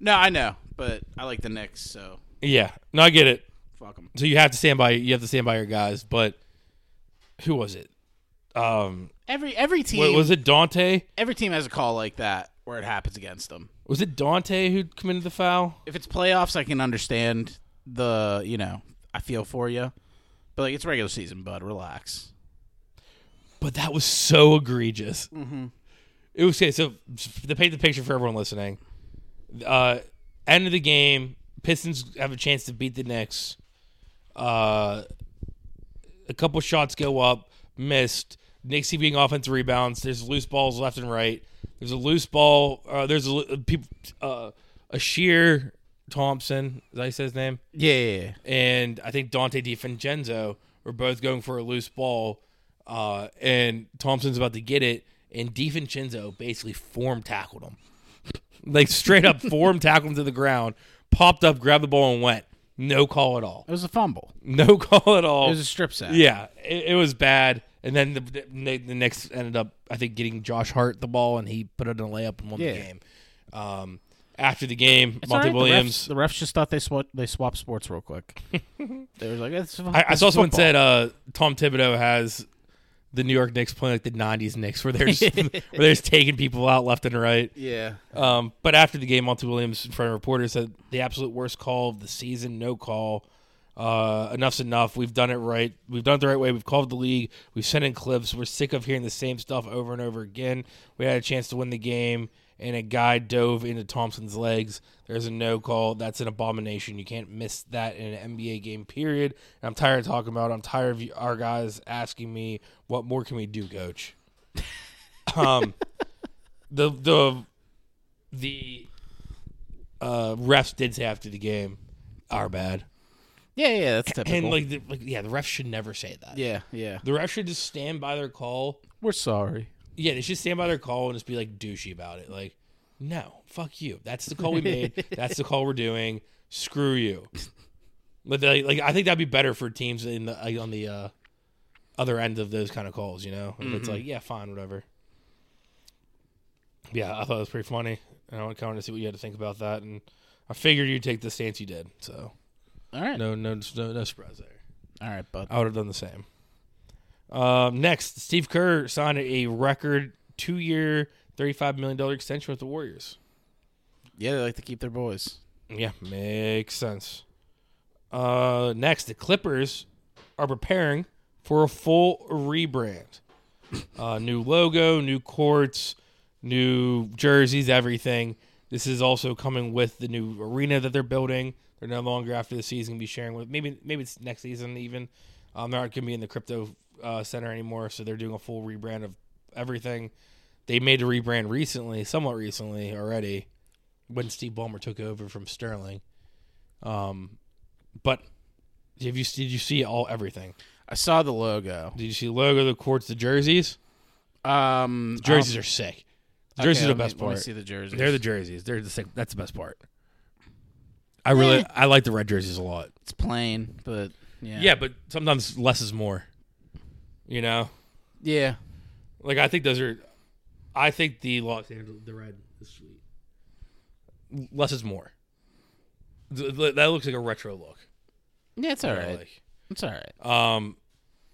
A: No, I know, but I like the Knicks, so
B: Yeah. No, I get it.
A: fuck him.
B: So you have to stand by. You have to stand by your guys. But who was it? Um,
A: Every every team
B: wa- was it Dante?
A: every team has a call like that where it happens against them.
B: Was it Dante who committed the foul?
A: If it's playoffs, I can understand the you know I feel for you, but like it's regular season, bud. Relax.
B: But that was so egregious. It was okay. So to paint the picture for everyone listening, uh, end of the game, Pistons have a chance to beat the Knicks. Uh, a couple shots go up, missed. Knicks keep getting offensive rebounds. There's loose balls left and right. There's a loose ball. Uh, there's a, lo- peop- uh, a sheer Thompson. Is that how you say his name?
A: Yeah, yeah, yeah.
B: and I think Dante DiFincenzo were both going for a loose ball, uh, and Thompson's about to get it, and DiFincenzo basically form tackled him, <laughs> like straight up form tackled him to the ground, popped up, grabbed the ball, and went. No call at all. <laughs>
A: it was a fumble.
B: No call at all.
A: It was a strip sack.
B: <laughs> yeah, it, it was bad. And then the, the, the Knicks ended up, I think, getting Josh Hart the ball, and he put it in a layup and won
A: Yeah.
B: the game. Um, after the game,
A: It's
B: Monty
A: all right,
B: Williams.
A: The refs, the refs just thought they swap they swapped sports real
B: <laughs>
A: quick. they were like, "It's
B: I, I saw someone said uh, Tom Thibodeau has the New York Knicks playing like the '90s Knicks, where they're just, <laughs> where they're just taking people out left and right.
A: "Yeah,
B: Um, but after the game, Monty Williams in front of reporters said the absolute worst call of the season, no call. Uh, enough's enough. We've done it right. We've done it the right way. We've called the league. We've sent in clips. We're sick of hearing the same stuff over and over again. We had a chance to win the game, and a guy dove into Thompson's legs. There's a no call. That's an abomination. You can't miss that in an NBA game, period. And I'm tired of talking about it. I'm tired of you- our guys asking me, what more can we do, coach? <laughs> Um, the, the, the uh, refs did say after the game, our bad.
A: Yeah, yeah, that's typical.
B: And like, the, like, yeah, the refs should never say that.
A: yeah, yeah.
B: The refs should just stand by their call.
A: We're sorry.
B: Yeah, they should stand by their call and just be like douchey about it. Like, no, fuck you. That's the call we made. That's the call we're doing. Screw you. But they, like, I think that'd be better for teams in the like, on the uh, other end of those kind of calls. You know, if it's like, yeah, fine, whatever. Yeah, I thought it was pretty funny, and I want to see what you had to think about that. And I figured you'd take the stance you did, so
A: All right.
B: no, Uh, no, no, no surprise there.
A: All right, bud.
B: I would have done the same. Um, next, Steve Kerr signed a record two-year, thirty-five million dollar extension with the Warriors.
A: Yeah, they like to keep their boys.
B: Yeah, makes sense. Uh, next, the Clippers are preparing for a full rebrand. Uh, new logo, new courts, new jerseys, everything. This is also coming with the new arena that they're building. They're no longer after the season gonna be sharing with maybe maybe it's next season even. Um, they're not gonna be in the crypto uh, center anymore, so they're doing a full rebrand of everything. They made a rebrand recently, somewhat recently already, when Steve Ballmer took over from Sterling. Um, but have you did you see all everything?
A: I saw the logo.
B: Did you see the logo, the courts, the jerseys?
A: Um,
B: Jerseys are sick. The jerseys
A: okay,
B: are
A: let
B: the
A: me-
B: best
A: Let
B: part.
A: me see the jerseys.
B: They're the jerseys. They're the sick. That's the best part. I really I like the red jerseys a lot.
A: it's plain, but yeah,
B: Yeah, but sometimes less is more. You know,
A: yeah.
B: like I think those are. I think the Los Angeles the red is sweet. Less is more. Th- th- That looks like a retro look.
A: Yeah, it's all
B: I
A: right.
B: like.
A: It's all right.
B: Um,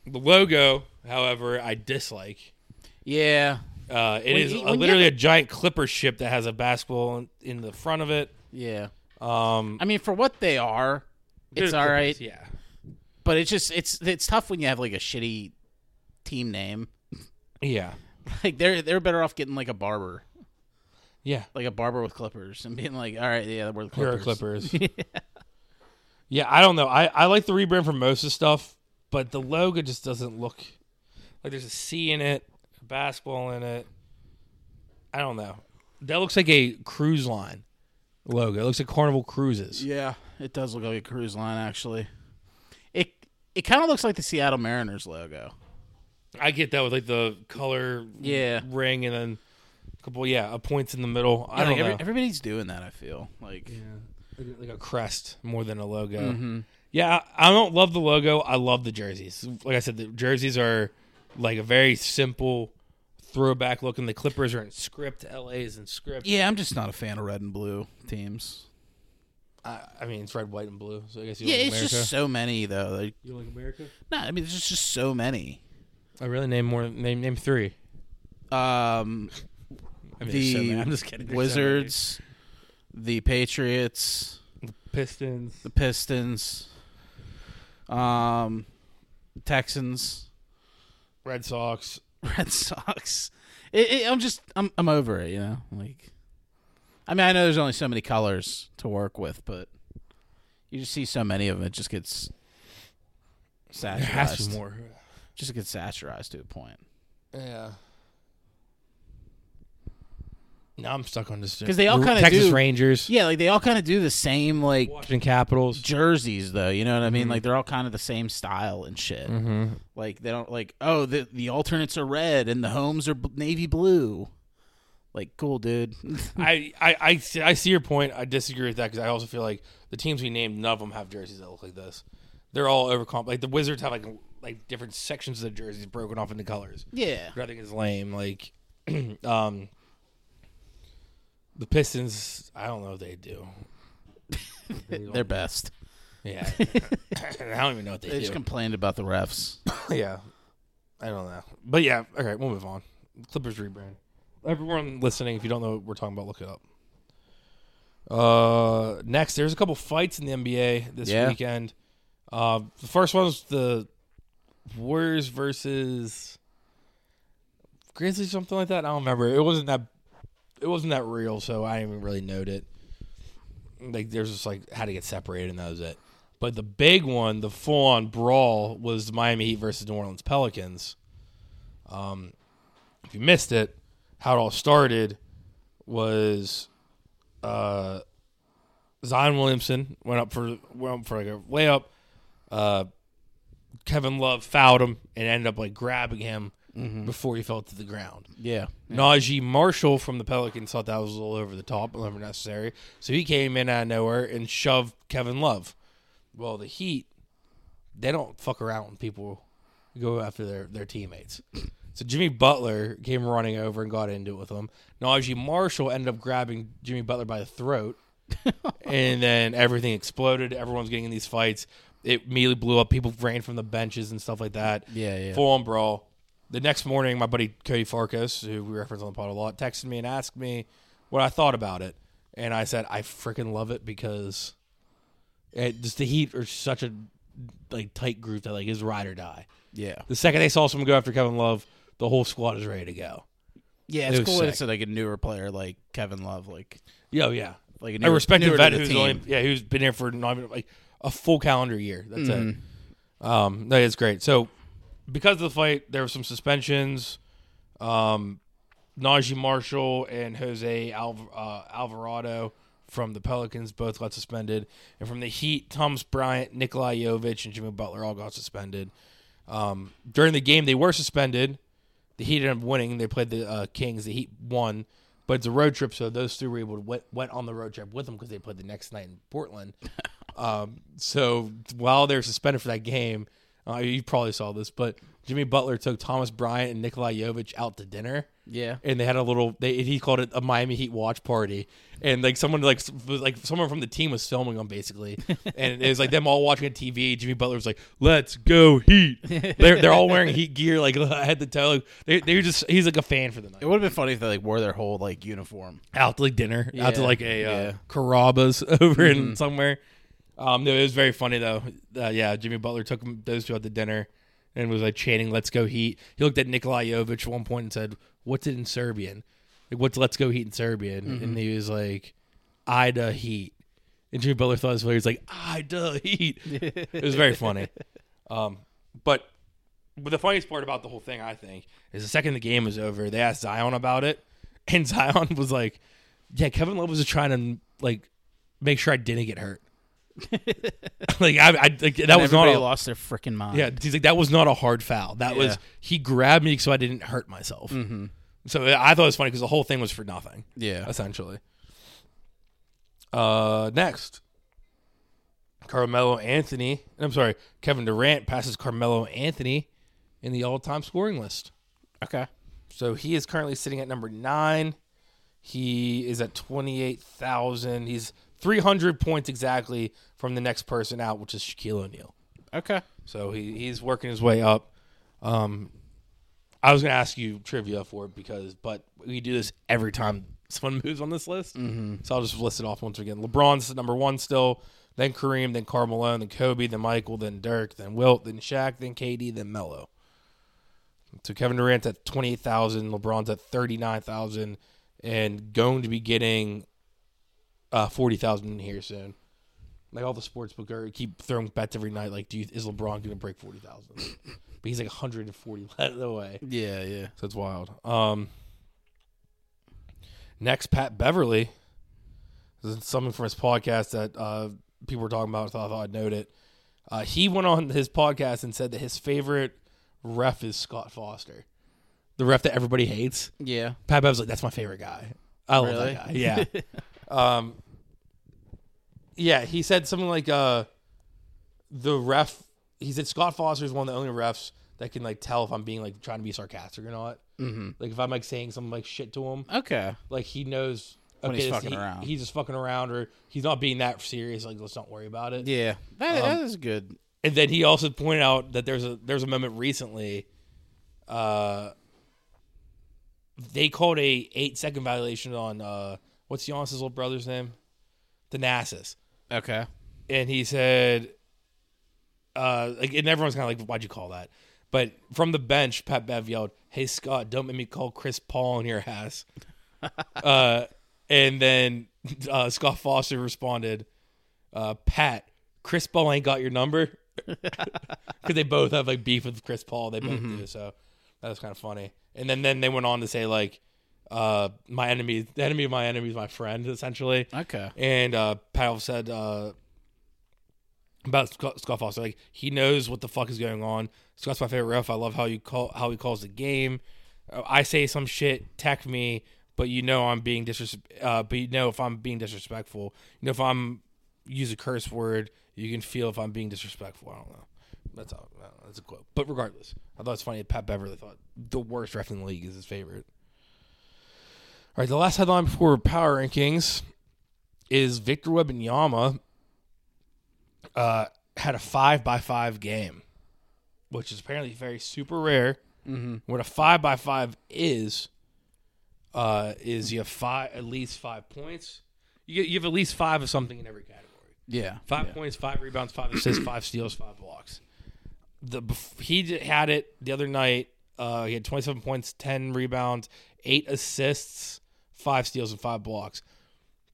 B: the logo, however, I dislike.
A: yeah,
B: Uh, it
A: When
B: is
A: you-
B: a-
A: when you
B: literally
A: have
B: a giant clipper ship that has a basketball in, in the front of it.
A: yeah.
B: Um,
A: I mean, for what they are, it's
B: they're
A: all right.
B: clippers, Yeah.
A: But it's just it's it's tough when you have like a shitty team name.
B: Yeah.
A: Like they're they're better off getting like a barber,
B: Yeah.
A: like a barber with clippers, and being like, all right, yeah, we're the
B: Here are
A: clippers.
B: Clippers. yeah.
A: <laughs>
B: I don't know. I, I like the rebrand for most of the stuff, but the logo just doesn't look like there's a C in it, a basketball in it. I don't know. That looks like a cruise line logo. It looks like Carnival Cruises.
A: Yeah, it does look like a cruise line actually. It it kind of looks like the Seattle Mariners logo.
B: I get that with like the color
A: Yeah.
B: ring and then a couple yeah, a points in the middle. I
A: Yeah,
B: don't
A: like, every-
B: know.
A: everybody's doing that. I feel like
B: Like- like a crest more than a logo. Yeah, I I don't love the logo. I love the jerseys. Like I said, the jerseys are like a very simple throwback look, and the Clippers are in script. LA is in script.
A: yeah, I'm just not a fan of red and blue teams.
B: I, I mean, it's red, white, and blue. So I guess you
A: Yeah,
B: like
A: it's
B: America.
A: just so many though. Like,
B: you like America.
A: no, I mean, there's just, just so many.
B: I really name more. Name name three.
A: Um,
B: I mean, there's so
A: the
B: many. I'm just kidding. There's so many.
A: Wizards, the Patriots,
B: Pistons.
A: the Pistons, um, Texans, <laughs>
B: Red Sox.
A: Red Sox. It, it, I'm just I'm I'm over it. You know, like I mean, I know there's only so many colors to work with, but you just see so many of them, it just gets
B: There has to
A: satirized.
B: be more.
A: Just gets satirized to a point.
B: Yeah. Now I'm stuck on this
A: 'Cause they all
B: The
A: kinda
B: Texas
A: do-
B: Rangers,
A: Yeah, like they all kind of do the same like
B: Washington Capitals.
A: jerseys though, you know what I
B: Mm-hmm.
A: mean? Like they're all kind of the same style and shit. Like they don't like oh the the alternates are red and the homes are b- navy blue. Like cool, dude. <laughs>
B: I, I, I, see- I see your point. I disagree with that because I also feel like the teams we named, none of them have jerseys that look like this. They're all overcomp. Like the Wizards have like like different sections of the jerseys broken off into colors.
A: yeah.
B: I think it's lame. <clears throat> Like, um, the Pistons. I don't know what they do.
A: They're best.
B: <laughs> Yeah, I don't even know what they,
A: They
B: do.
A: just complained about the refs.
B: <laughs> yeah, I don't know. But yeah, all right, we'll move on. Clippers rebrand. Everyone listening, if you don't know what we're talking about, look it up. Uh, next, there's a couple fights in the NBA this
A: Yeah.
B: weekend. Uh, the first one was the Warriors versus Grizzlies, something like that. I don't remember. It wasn't that. It wasn't that real, so I didn't even really note it. Like there's just like how to get separated, and that was it. But the big one, the full on brawl, was the Miami Heat versus New Orleans Pelicans. Um, if you missed it, how it all started was uh, Zion Williamson went up for went up for like a layup. Uh, Kevin Love fouled him and ended up like grabbing him before he fell to the ground.
A: Yeah.
B: Najee Marshall from the Pelicans thought that was a little over the top, a little unnecessary. So he came in out of nowhere and shoved Kevin Love. Well, the Heat, they don't fuck around when people go after their, their teammates. <clears throat> So Jimmy Butler came running over and got into it with him. Najee Marshall ended up grabbing Jimmy Butler by the
A: <laughs>
B: throat. and then everything exploded. Everyone's getting in these fights. It immediately blew up. People ran from the benches and stuff like that.
A: Yeah, yeah.
B: Full on brawl. The next morning, my buddy Cody Farkas, who we reference on the pod a lot, texted me and asked me what I thought about it. And I said, I freaking love it because it, just the Heat are such a like tight group that like is ride or die.
A: Yeah.
B: The second they saw someone go after Kevin Love, the whole squad is ready to go.
A: Yeah,
B: It
A: it's
B: was
A: cool that it's
B: sick.
A: like a newer player like Kevin Love, like
B: Yo, yeah.
A: like a
B: a
A: newer,
B: respected
A: newer
B: vet
A: to the
B: who's
A: team.
B: only, yeah, who's been here for not even, like a full calendar year. That's it. Um, that is great. So because of the fight, there were some suspensions. Um, Najee Marshall and Jose Alv- uh, Alvarado from the Pelicans both got suspended, and from the Heat, Thomas Bryant, Nikolai Jovic, and Jimmy Butler all got suspended. Um, during the game, they were suspended. The Heat ended up winning. They played the uh, Kings. The Heat won, but it's a road trip, so those three were able to went, went on the road trip with them because they played the next night in Portland. um, so while they were suspended for that game, uh, you probably saw this, but Jimmy Butler took Thomas Bryant and Nikolai Jovic out to dinner
A: Yeah.
B: and they had a little they he called it a Miami Heat watch party and like someone like s- was like someone from the team was filming them basically and it was like them all watching a TV Jimmy Butler was like let's go Heat they're, they're all wearing Heat gear like <laughs> I had to tell like, they they were just he's like a fan for the night
A: It would have been funny if they like wore their whole like uniform.
B: out to like dinner out to
A: Yeah.
B: like a uh,
A: Yeah. Mm-hmm.
B: Carrabba's <laughs> over in somewhere um no, it was very funny though uh, yeah Jimmy Butler took 'em- those two out to dinner and was like chanting let's go Heat he looked at Nikolai Jovic at one point and said what's it in Serbian like what's let's go heat in Serbian
A: Mm-hmm.
B: and he was like Ida heat and Jimmy Butler thought it was funny. he's like Ida
A: <laughs>
B: heat it was very funny um but but the funniest part about the whole thing I think is the second the game was over they asked Zion about it <laughs> and Zion <laughs> was like yeah Kevin Love was just trying to like make sure I didn't get hurt <laughs> like I, I like, that was not
A: Everybody
B: a,
A: lost their freaking mind.
B: yeah, he's like that was not a hard foul. That
A: Yeah. Mm-hmm.
B: was he grabbed me so I didn't hurt myself. So I thought it was funny because the whole thing was for nothing,
A: yeah,
B: essentially. Uh, next, Carmelo Anthony. I'm sorry, Kevin Durant passes Carmelo Anthony in the all-time scoring list.
A: okay.
B: So he is currently sitting at number nine. He is at twenty eight thousand. He's three hundred points exactly from the next person out, which is Shaquille O'Neal.
A: Okay.
B: So he, he's working his way up. Um, I was going to ask you trivia for it because, but we do this every time <laughs> someone moves on this list. Mm-hmm. So I'll just list it off once again. LeBron's at number one still, then Kareem, then Karl Malone, then Kobe, then Michael, then Dirk, then Wilt, then Shaq, then KD, then Melo. So Kevin Durant's at 28,000, LeBron's at 39,000, and going to be getting uh, 40,000 in here soon. Like all the sports book are keep throwing bets every night. Like, do you, is LeBron going to break forty thousand? but he's like one hundred and forty <laughs> away.
A: Yeah, yeah.
B: So it's wild. Um, next, Pat Beverly. This is something from his podcast that uh, people were talking about. So I thought I'd note it. Uh, he went on his podcast and said that his favorite ref is Scott Foster, the ref that everybody hates.
A: Yeah.
B: Pat Bev's like, that's my favorite guy. I love
A: Really?
B: that guy.
A: <laughs>
B: Yeah. um, yeah, he said something like uh, the ref. He said Scott Foster is one of the only refs that can like tell if I'm being like trying to be sarcastic or not. Mm-hmm. Like if I'm like saying some like shit to him,
A: Okay.
B: like he knows okay,
A: he's
B: this-
A: fucking
B: he-
A: around.
B: he's just fucking around or he's not being that serious. Like let's not worry about it.
A: Yeah, that,
B: Um,
A: that is good.
B: And then he also pointed out that there's a there's a moment recently, uh, they called a eight second violation on uh, what's Giannis' little brother's name, Thanasis,
A: Okay.
B: and he said uh, like, and everyone's kind of like, why'd you call that? But from the bench, Pat Bev yelled, "Hey Scott, don't make me call Chris Paul in your ass." uh, and then uh, Scott Foster responded, uh, "Pat, Chris Paul ain't got your number because they both have like beef with Chris Paul. They both do, so that was kind of funny. And then then they went on to say like, uh, my enemy, the enemy of my enemy is my friend, essentially.
A: Okay.
B: And uh, Powell said uh, about Scott, Scott Foster, like he knows what the fuck is going on. Scott's my favorite ref. I love how you call how he calls the game. Uh, I say some shit, tech me, but you know I'm being disres. Uh, but you know if I'm being disrespectful, you know if I'm use a curse word, you can feel if I'm being disrespectful. I don't know. That's all. I don't know. That's a quote. But regardless, I thought it's funny that Pat Beverly thought the worst ref in the league is his favorite. All right, the last headline before power rankings is Victor Wembanyama uh, had a five by five game, which is apparently very super rare. Mm-hmm. What a five by five is, uh, is you have five at least five points. You get, you have at least five of something in every category.
A: Yeah.
B: Five points, five rebounds, five assists, five steals, five blocks. The bef- he j- had it the other night. Uh, he had 27 points, 10 rebounds, eight assists, five steals, and five blocks.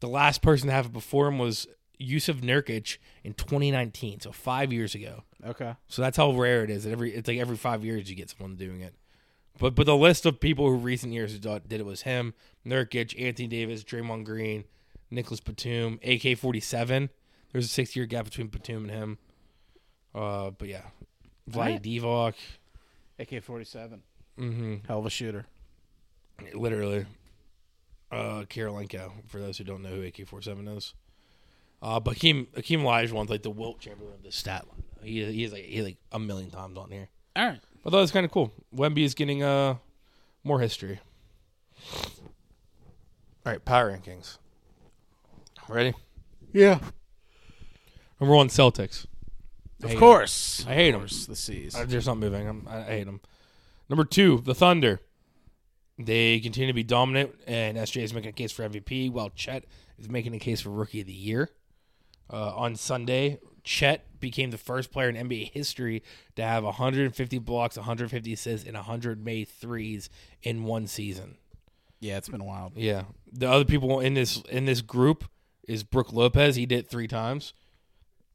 B: The last person to have it before him was Yusuf Nurkic in 2019, so five years ago.
A: Okay.
B: So that's how rare it is. That every it's like every five years you get someone doing it. But but the list of people who recent years who done- did it was him, Nurkic, Anthony Davis, Draymond Green, Nicholas Batum, AK forty seven. There's a six year gap between Batum and him. Uh, but yeah, Vlade
A: Alright.
B: Divac,
A: AK 47. Mm-hmm. Hell of a shooter.
B: literally. Uh, Karolinko, for those who don't know who AK forty seven is. Uh, but Hakeem Hakeem Olajuwon's like the Wilt Chamberlain of the stat line. He he's like he's like a million times on here.
A: All right.
B: But that was kind of cool. Wemby is getting uh more history. All right, power rankings. Ready?
A: Yeah.
B: Number one, Celtics.
A: Of course.
B: I hate
A: Of
B: them.
A: course, The C's.
B: Uh, They're just not moving. I'm, I I hate them. Number two, the Thunder. They continue to be dominant, and SJ is making a case for MVP, while Chet is making a case for Rookie of the Year. Uh, on Sunday, Chet became the first player in NBA history to have 150 blocks, 150 assists, and 100 made threes in one season.
A: Yeah, it's been wild.
B: Yeah. The other people in this in this group is Brooke Lopez. He did it three times.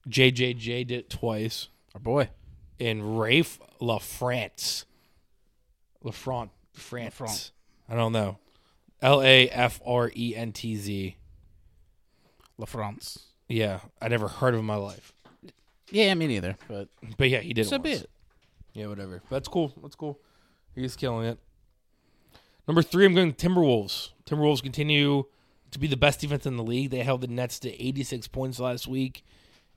B: JJJ did it twice.
A: Our boy.
B: And Rafe LaFrance. LaFrance. France.
A: LaFrance.
B: I don't know. L A F R E N T Z.
A: LaFrance.
B: Yeah. I never heard of him in my life.
A: Yeah, me neither. But
B: But yeah, he did
A: so
B: it.
A: be
B: Once.
A: it.
B: Yeah, whatever. That's cool. That's cool. He's killing it. Number three, I'm going Timberwolves. Timberwolves continue to be the best defense in the league. They held the Nets to 86 points last week,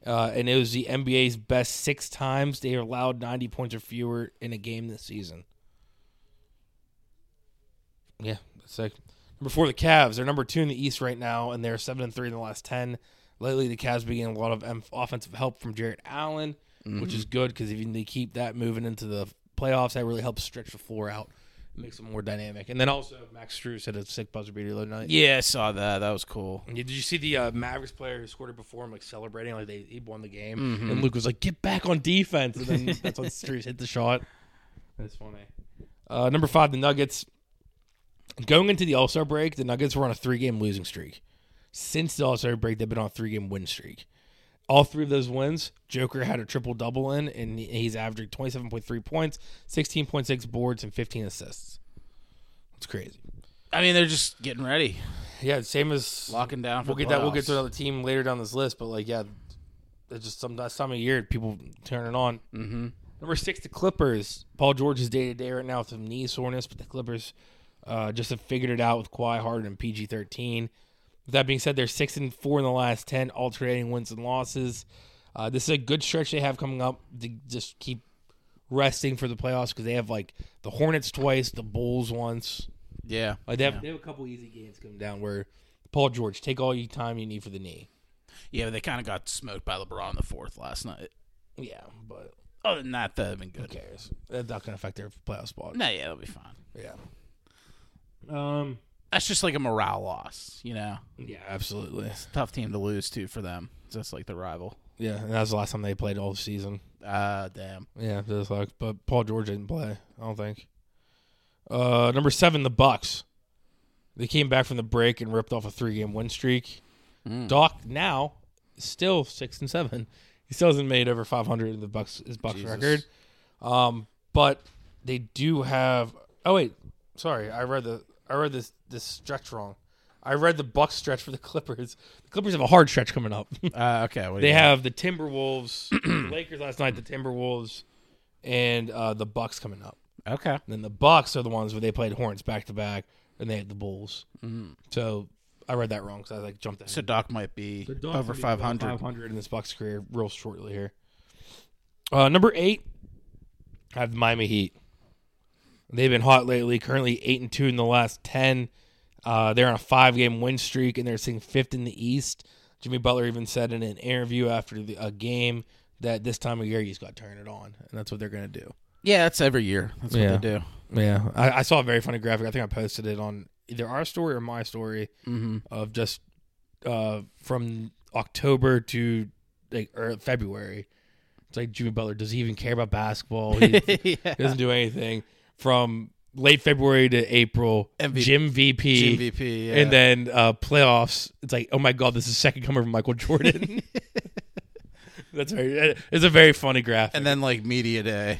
B: uh, and it was the NBA's best six times they allowed 90 points or fewer in a game this season. Yeah, that's like number four. The Cavs are number two in the East right now, and they're seven and three in the last ten. Lately, the Cavs began a lot of em- offensive help from Jarrett Allen, which is good because if they keep that moving into the playoffs, that really helps stretch the floor out, It makes them more dynamic. And then also Max Strus had a sick buzzer beater the other night.
A: Yeah, I saw that. That was cool.
B: Yeah, Did you see the uh, Mavericks player who scored it before him, like celebrating, like they he won the game? And Luke was like, "Get back on defense!" And <laughs> then that's when Streets hit the shot. That's funny. Uh, number five, the Nuggets. Going into the All Star break, the Nuggets were on a three game losing streak. Since the All Star break, they've been on a three game win streak. All three of those wins, Joker had a triple double in, and he's averaging twenty seven point three points, sixteen point six boards, and fifteen assists. That's crazy.
A: I mean, they're just getting ready,
B: Yeah, same as
A: locking down. For
B: we'll get that. We'll get to
A: playoffs.
B: another team later down this list, but like, yeah, it's just some that's time of year people turn it on. Mm-hmm. Number six, the Clippers. Paul George is day to day right now with some knee soreness, but the Clippers uh, just have figured it out with Kawhi Harden and PG thirteen. With that being said, they're six and four in the last ten, alternating wins and losses. Uh, this is a good stretch they have coming up to just keep resting for the playoffs because they have like the Hornets twice, the Bulls once.
A: Yeah,
B: Like they have, they have a couple easy games coming down where Paul George take all your time you need for the knee.
A: yeah. But they kind of got smoked by LeBron in the fourth last night.
B: Yeah, but
A: Other than that, that'd been good.
B: who cares? That's not gonna affect their playoff spot.
A: No, yeah, that'll be fine.
B: Yeah. Um.
A: That's just like a morale loss, you know.
B: Yeah, absolutely.
A: Tough team to lose to for them, just like the rival.
B: Yeah, and that was the last time they played all season.
A: Ah, damn.
B: Yeah, so it's like, but Paul George didn't play. I don't think. Uh, number seven, the Bucks. They came back from the break and ripped off a three-game win streak. Doc now is still six and seven. He still hasn't made over five hundred in the Bucks his Bucks
A: Jesus.
B: record. Um, but they do have. Oh wait, sorry, I read the I read this this stretch wrong. I read the Bucks stretch for the <laughs> Clippers. The Clippers have a hard stretch coming up. <laughs>
A: Uh, okay. What do
B: They
A: you got?
B: have the Timberwolves, the Lakers last night, the Timberwolves, and uh, the Bucks coming up.
A: Okay.
B: And then the Bucks are the ones where they played horns back to back, and they had the Bulls. So I read that wrong because I like jumped.
A: So Doc might be over five hundred.
B: Five hundred in this Bucks career, real shortly here. Uh, number eight, I have the Miami Heat. They've been hot lately. Currently eight and two in the last ten. Uh, they're on a five game win streak and they're sitting fifth in the East. Jimmy Butler even said in an interview after the, a game that this time of year you just got to turn it on, and that's what they're going to do.
A: Yeah, that's every year. That's what
B: Yeah.
A: they do.
B: Yeah, I, I saw a very funny graphic. I think I posted it on either our story or my story of just uh, from October to like or February. It's like Jimmy Butler does he even care about basketball? <laughs> He, he doesn't do anything from late February to April.
A: MVP.
B: Jim VP,
A: MVP, yeah.
B: and then uh, playoffs. It's like oh my god, this is second coming from Michael <laughs> Jordan. That's very. It's a very funny graphic.
A: And then like media day.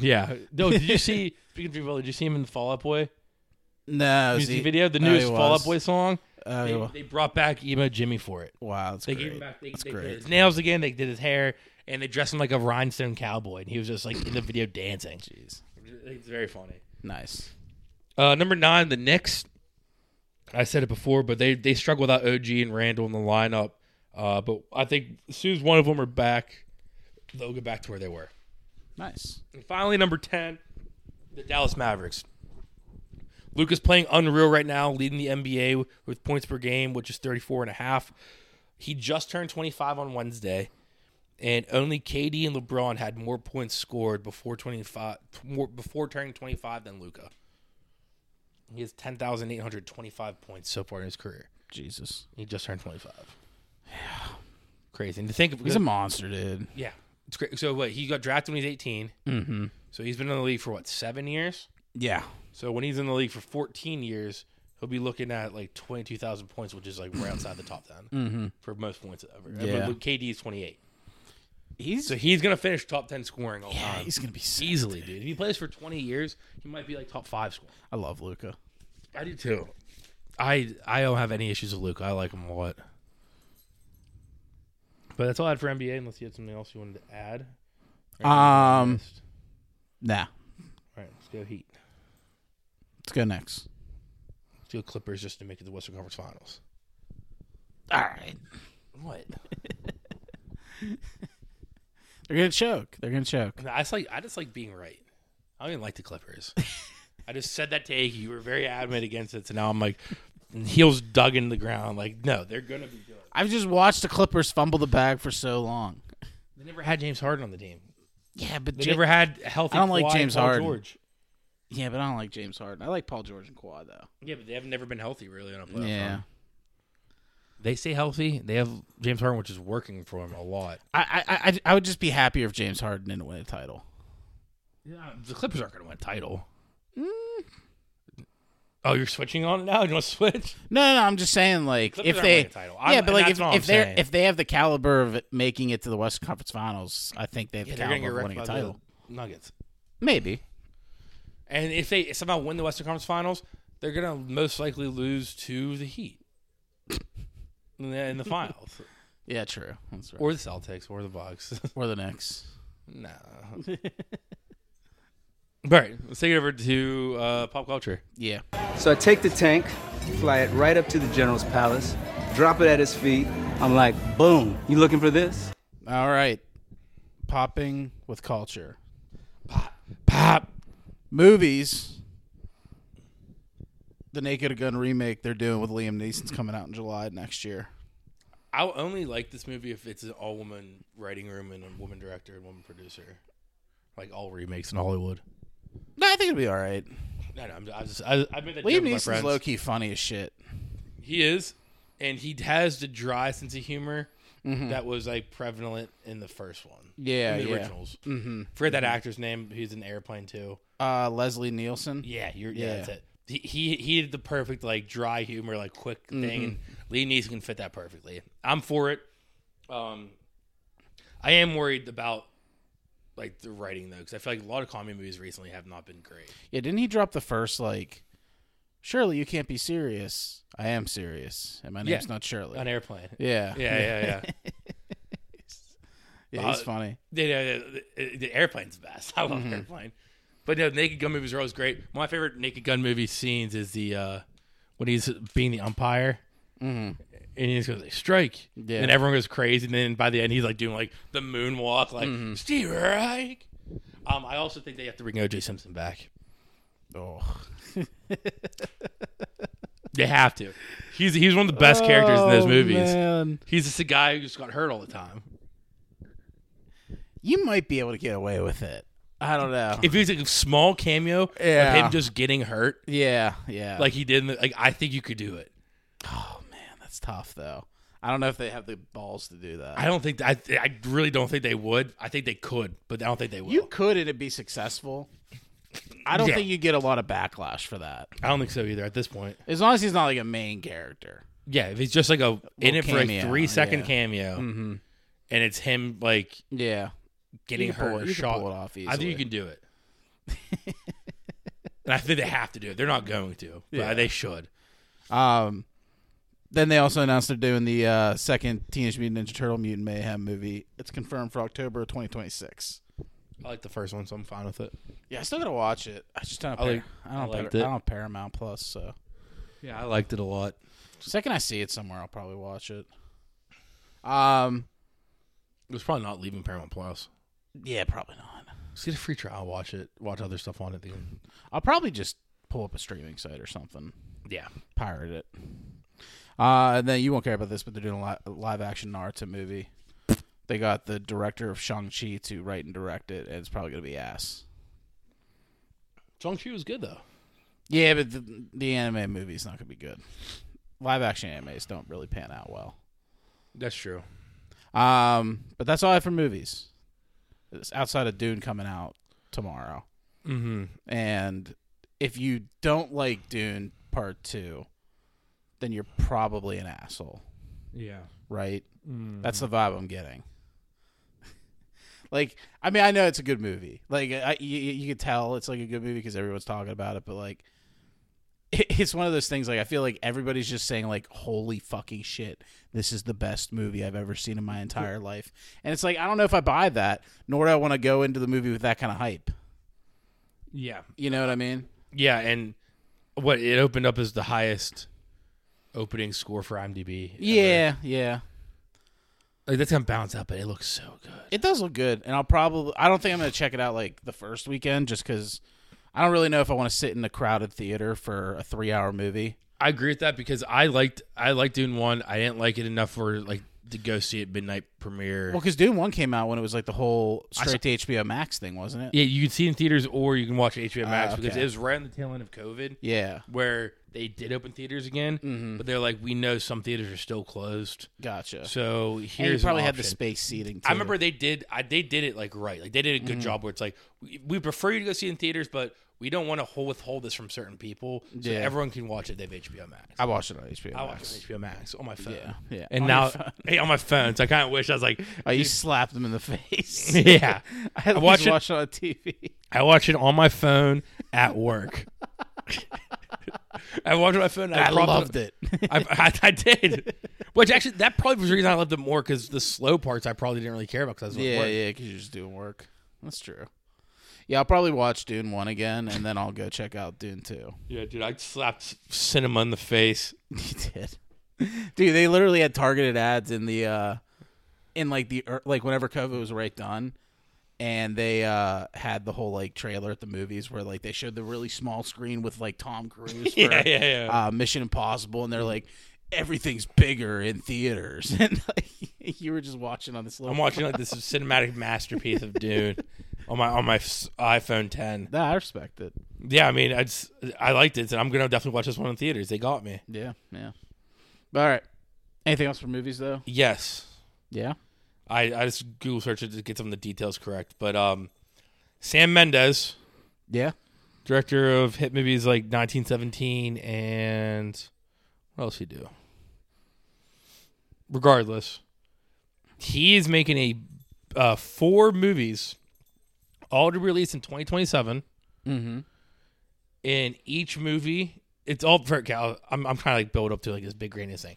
B: yeah. <laughs> No, did you see? Speaking of Jimmy Butler, did you see him in the Fall Out Boy?
A: No,
B: music
A: see-
B: video, the
A: oh, he
B: newest Fall
A: was.
B: Out Boy song.
A: Oh, he
B: they,
A: was.
B: they brought back emo Jimmy for it.
A: wow, that's
B: They
A: great.
B: gave him back. They,
A: that's
B: they did
A: great.
B: his nails again. They did his hair, and they dressed him like a rhinestone cowboy, and he was just like in the video dancing. Jeez, it's very funny.
A: Nice.
B: Uh, number nine, the Knicks. I said it before, but they they struggle without OG and Randall in the lineup. Uh, but I think as soon as one of them are back, they'll get back to where they were.
A: Nice.
B: And finally, number 10, the Dallas Mavericks. Luke is playing unreal right now, leading the NBA with points per game, which is 34 and a half. He just turned 25 on Wednesday, and only KD and LeBron had more points scored before 25 more, before turning 25 than Luca. He has 10,825 points so far in his career.
A: Jesus.
B: He just turned 25. Yeah. <sighs> Crazy. And to think of
A: He's a monster, dude.
B: yeah, it's great. So what he got drafted when he's 18 Mm-hmm. So he's been in the league for what seven years.
A: Yeah.
B: So when he's in the league for fourteen years, he'll be looking at like twenty two thousand points, which is
A: <clears throat>
B: like right outside the top 10 for most points ever.
A: Mm-hmm. Yeah.
B: Yeah. But KD is twenty eight,
A: He's
B: so he's gonna finish top ten scoring all
A: yeah,
B: time
A: he's gonna be. Sick.
B: easily, dude. If he plays for twenty years, he might be like top five scorer.
A: I love Luca.
B: I do too. I I don't have any issues with Luke. I like him a lot. But that's all I had for NBA. Unless you had something else you wanted to add.
A: Um, Nah.
B: All right, let's go Heat.
A: Let's go next.
B: Let's go Clippers just to make it to the Western Conference Finals.
A: All right.
B: What? <laughs>
A: They're gonna choke. They're gonna choke.
B: I just like I just like being right. I don't even like the Clippers.
A: <laughs>
B: I just said that to Iggy. You were very adamant against it, so now I'm like heels dug in the ground. Like no, they're gonna be good.
A: I've just watched the Clippers fumble the bag for so long.
B: They never had James Harden on the team.
A: Yeah, but
B: They
A: Ja-
B: never had a healthy.
A: I don't like
B: Kawhi and
A: James
B: Paul
A: Harden.
B: George.
A: yeah, but I don't like James Harden. I like Paul George and Kawhi though. um,
B: Yeah, but they have never been healthy really on a playoff.
A: yeah.
B: run. they stay healthy. They have James Harden, which is working for him a lot.
A: I, I I I would just be happier if James Harden didn't win a title.
B: Yeah, the Clippers aren't going to win a title. Mm. Oh, you're switching on it now. You want to switch?
A: No, no, no, I'm just saying like
B: Clippers
A: if
B: aren't
A: they
B: winning a title.
A: yeah,
B: I'm-
A: but like
B: that's
A: if,
B: what I'm
A: if they're
B: saying.
A: if they have the caliber of making it to the Western Conference Finals, I think they have the
B: gonna
A: caliber of winning a
B: by the
A: title.
B: Nuggets.
A: Maybe.
B: And if they somehow win the Western Conference Finals, they're gonna most likely lose to the <laughs> Heat in the, in the finals,
A: Yeah, true. That's right. Or,
B: or the Celtics, or the Bucks. <laughs>
A: the Knicks.
B: nah. <laughs> All right, let's take it over to uh, pop culture.
A: Yeah.
D: So I take the tank, fly it right up to the general's palace, drop it at his feet. I'm like, boom, you looking for this?
A: All right. Popping with culture.
B: Pop.
A: Movies. The Naked Gun remake they're doing with Liam Neeson's coming out in July next year.
B: I'll only like this movie if it's an all woman writing room and a woman director and woman producer, like all remakes in Hollywood.
A: No, I think it'll be all right.
B: No, no, I'm, I just I, I made that
A: Liam
B: joke with my
A: Neeson's
B: friends.
A: low key funny as shit.
B: He is, and he has the dry sense of humor that was like prevalent in the first one.
A: Mm-hmm. Yeah,
B: in the
A: yeah.
B: originals. Mm-hmm. Forget that actor's name. He's in Airplane too.
A: Uh, Leslie Nielsen.
B: Yeah, you're, yeah,
A: Yeah.
B: that's it. He, he he did the perfect like dry humor, like quick thing. And Liam Neeson can fit that perfectly. I'm for it. Um, I am worried about like the writing though, because I feel like a lot of comedy movies recently have not been great.
A: Yeah, didn't he drop the first like? Surely you can't be serious. I am serious, and my
B: Yeah.
A: name's not Shirley.
B: On Airplane.
A: yeah,
B: Yeah, <laughs> yeah, yeah.
A: yeah he's
B: Uh,
A: funny.
B: the, the, uh, the, the airplane's the best. <laughs> I love
A: Mm-hmm.
B: airplane. But no, Naked Gun movies are always great. One of my favorite Naked Gun movie scenes is the uh, when he's being the umpire. And he just goes like strike,
A: Mm-hmm. Yeah.
B: and everyone goes crazy. And then by the end, he's like doing like the moonwalk, like
A: Mm-hmm.
B: strike. Um, I also think they have to bring OJ Simpson back.
A: Oh,
B: They have to. He's he's one of the best characters in those movies.
A: Oh, man.
B: He's just a guy who just got hurt all the time.
A: you might be able to get away with it. I don't know.
B: If he was like, a small cameo of
A: Yeah.
B: him just getting hurt,
A: yeah, yeah. Oh,
B: like he did. In the, like I think you could do it.
A: man, that's tough though. I don't know if they have the balls to do that.
B: I don't think I. I really don't think they would. I think they could, but I don't think they will.
A: you could and it'd be successful. I don't
B: Yeah.
A: think you get a lot of backlash for that.
B: I don't think so either at this point.
A: As long as he's not like a main character.
B: Yeah, if he's just like a in it for a
A: cameo,
B: three second
A: yeah. Mm-hmm.
B: cameo, and it's him like
A: Yeah.
B: getting
A: can pull
B: hurt
A: it-
B: or
A: you can
B: shot,
A: pull it off
B: I think
A: easily.
B: you can
A: <laughs>
B: do it. and I think they have to do it. They're not going to, but
A: Yeah.
B: they should.
A: Um, then they also announced they're doing the uh, second Teenage Mutant Ninja Turtle Mutant Mayhem movie. It's confirmed for October 2026.
B: I like the first one, so I'm fine with it.
A: Yeah, I still gotta watch it. I just don't. Have
B: I
A: Par-
B: like-
A: I don't.
B: I
A: have
B: liked
A: Par-
B: it.
A: I don't have Paramount Plus. So
B: Yeah, I liked it a lot.
A: second I see it somewhere, I'll probably watch it. Um.
B: It was probably not leaving Paramount Plus.
A: Yeah, probably not.
B: Just get a free trial, watch it, watch other stuff on it. Then.
A: I'll probably just pull up a streaming site or something,
B: Yeah,
A: pirate it. Uh, and then you won't care about this, but they're doing a li- live action Naruto movie. They got the director of Shang Chi to write and direct it, and it's probably gonna be ass.
B: Shang Chi was good though.
A: Yeah, but the, the anime movie's not going to be good. Live action animes don't really pan out well.
B: That's true.
A: Um, but that's all I have for movies. It's outside of Dune coming out tomorrow.
B: Mm-hmm.
A: And if you don't like Dune Part 2, then you're probably an asshole,
B: Yeah.
A: right? That's the vibe I'm getting. <laughs> like, I mean, I know it's a good movie. Like, I, you, you could tell it's like a good movie because everyone's talking about it, but like, <laughs> it- it's one of those things like i feel like everybody's just saying like holy fucking shit this is the best movie i've ever seen in my entire life and it's like i don't know if i buy that nor do i want to go into the movie with that kind of hype
B: Yeah.
A: you know what i mean
B: Yeah, and what it opened up as the highest opening score for IMDb. ever.
A: yeah yeah
B: like that's gonna bounce out, but it looks so good.
A: it does look good and i'll probably i don't think i'm gonna check it out like the first weekend just because i don't really know if i want to sit in a crowded theater for a three hour movie
B: I agree with that because I liked I liked Dune one. I didn't like it enough for like to go see it midnight premiere.
A: well because dune 1 came out when it was like the whole
B: saw-
A: straight to hbo max thing wasn't it
B: yeah, you can see it in theaters or you can watch it HBO Max
A: Ah, okay.
B: because it was right on the tail end of COVID
A: yeah
B: where they did open theaters again, but they're like, we know some theaters are still closed,
A: gotcha
B: so
A: and you
B: here's
A: probably
B: an
A: had the
B: option.
A: space seating too. Mm-hmm.
B: I remember they did. I they did it like right. Like they did a good job where it's like we, we prefer you to go see it in theaters, but we don't want to withhold this from certain people. So
A: Yeah.
B: everyone can watch it. They have HBO Max.
A: I watched it on HBO.
B: I watch
A: Max.
B: it on HBO Max on my phone.
A: Yeah, yeah.
B: And
A: On
B: now,
A: your phone.
B: hey, on my phone. So I kind of wish I
A: <laughs>
B: was like,
A: Oh, you slapped him in the <laughs> face.
B: <laughs> yeah.
A: <laughs> I
B: I
A: watch
B: watch
A: it
B: it-
A: on TV.
B: I watch it on my phone at work. <laughs> I watched it on my phone. and
A: I
B: propped
A: loved
B: up-
A: it.
B: <laughs> I, I, I did. Which actually, that probably was the reason I loved it more because the slow parts I probably didn't really care about because I was
A: <laughs>
B: at
A: yeah,
B: work.
A: yeah, because you're just doing work. That's true. Yeah, I'll probably watch Dune one again, and then I'll go check out Dune two.
B: yeah, dude, I slapped cinema in the face.
A: you did, <laughs> dude. They literally had targeted ads in the, uh in like the er- like whenever COVID was right done, and they uh had the whole like trailer at the movies where like they showed the really small screen with like Tom Cruise. For,
B: <laughs> Yeah, yeah, yeah.
A: uh, Mission Impossible, and they're like, everything's bigger in theaters. <laughs> And like, you were just watching on this little.
B: I'm watching like this <laughs> cinematic masterpiece of Dune on my on my s- iPhone 10.
A: Nah, I respect it.
B: Yeah, I mean, I just I liked it, and I'm gonna definitely watch this one in theaters. They got me.
A: Yeah, yeah. All right. Anything else for movies though?
B: Yes,
A: Yeah.
B: I, I just Google searched it to get some of the details correct. But um, Sam Mendes,
A: Yeah.
B: director of hit movies like 1917 and what else he do? Regardless, he is making a uh, four movies, all to release in 2027.
A: Mm-hmm.
B: in each movie. It's all for I'm I'm kind of like built up to like this big grandiose thing.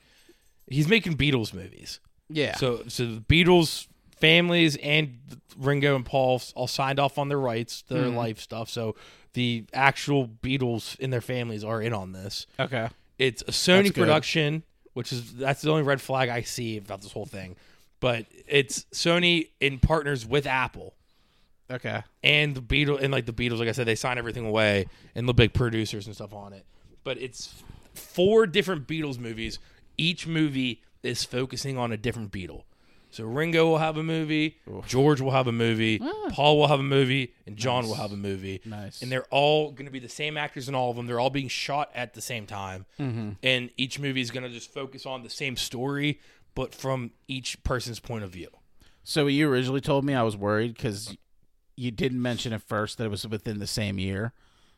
B: He's making Beatles movies,
A: Yeah.
B: so so the Beatles families and Ringo and Paul all signed off on their rights, their
A: Mm-hmm.
B: life stuff. So the actual Beatles and their families are in on this.
A: okay.
B: It's a
A: That's
B: Sony
A: good.
B: production, which is that's the only red flag I see about this whole thing. But it's Sony in partners with Apple
A: Okay.
B: and the Beatles and like the Beatles, like I said, they sign everything away and the big producers and stuff on it. But it's four different Beatles movies. Each movie is focusing on a different Beatle. So Ringo will have a movie, George will have a movie, Paul will have a movie, and John will have a movie.
A: Nice.
B: And they're all going to be the same actors in all of them. They're all being shot at the same time. And each movie is going to just focus on the same story, but from each person's point of view.
A: So you originally told me I was worried because you didn't mention at first that it was within the same year.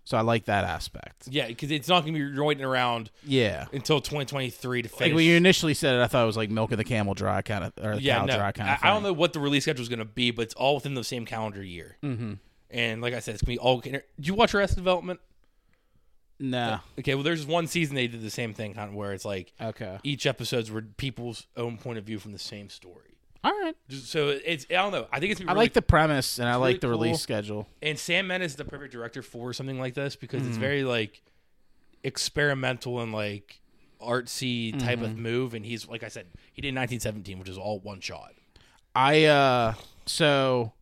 A: So I like that aspect.
B: Yeah, because it's not going to be waiting around
A: Yeah.
B: until 2023 to finish.
A: Like when you initially said it, I thought it was like milk of the camel dry kind of or the
B: yeah,
A: cow
B: no,
A: dry kind
B: I,
A: of.
B: I don't know what the release schedule is going to be, but it's all within the same calendar year. Mm-hmm. And like I said, it's going to be all. Did you watch Arrested Development?
A: No.
B: Okay, well, there's one season they did the same thing, kind of where it's like
A: Okay.
B: each episode's were people's own point of view from the same story.
A: All right.
B: Just- So it's I don't know. I think it's.
A: I like the premise and I
B: really
A: like the Mm-hmm. release
B: cool.
A: schedule.
B: and Sam Mendes is the perfect director for something like this because it's very like experimental and like artsy type
A: Mm-hmm.
B: of move. And he's like I said, he did 1917, which is all one shot.
A: I uh so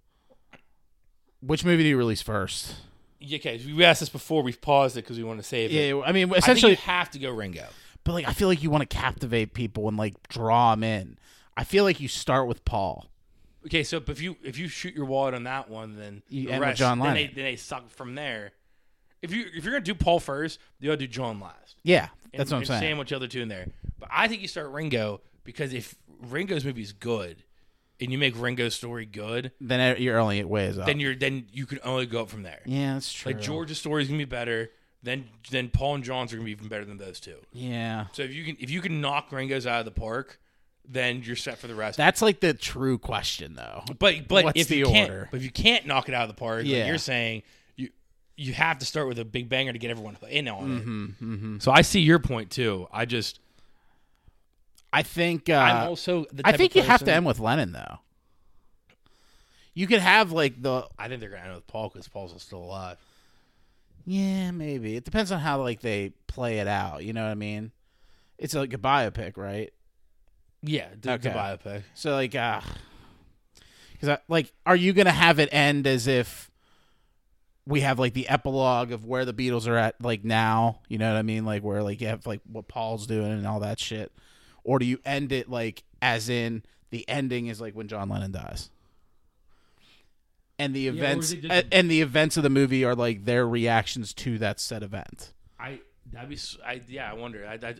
A: which movie do you release first?
B: Yeah, okay. We asked this before. We've paused it because we want to save it.
A: Yeah, I mean
B: Essentially,
A: essentially
B: you have to go Ringo.
A: but like I feel like you want to captivate people and like draw them in. I feel like you start with Paul.
B: Okay, so if you if you shoot your wallet on that one, then
A: You
B: the
A: end with John
B: then
A: Lennon.
B: they, then they suck from there. If you if you're gonna do Paul first, you gotta do John last.
A: Yeah,
B: And-
A: that's what I'm
B: and
A: saying.
B: Sandwich the other two in there, but I think you start Ringo because if Ringo's movie is good, and you make Ringo's story good,
A: then you're only it ways up.
B: then you're then you can only go up from there.
A: yeah, that's true.
B: Like George's story is gonna be better. Then then Paul and John's are gonna be even better than those two.
A: Yeah.
B: So if you can if you can knock Ringo's out of the park, then you're set for the rest.
A: That's like the true question though.
B: but but
A: What's
B: if you
A: the
B: can't
A: order?
B: but if you can't knock it out of the park,
A: Yeah.
B: like you're saying you you have to start with a big banger to get everyone in on it. So I see your point too. I just
A: I think uh,
B: I'm also the
A: I
B: type
A: think
B: of
A: you have to
B: person-
A: end with Lennon though. You could have like the
B: I think they're gonna end with Paul because Paul's still alive.
A: yeah maybe it depends on how like they play it out. You know what I mean? It's like a biopic, right?
B: Yeah, the,
A: the
B: okay. biopic.
A: So like, uh, because like, are you gonna have it end as if we have like the epilogue of where the Beatles are at like now? You know what I mean? Like where like you have like what Paul's doing and all that shit, or do you end it like as in the ending is like when John Lennon dies? And the
B: or
A: events
B: they did-
A: a- and the events of the movie are like their reactions to that said event.
B: I that'd be s- I yeah I wonder I, I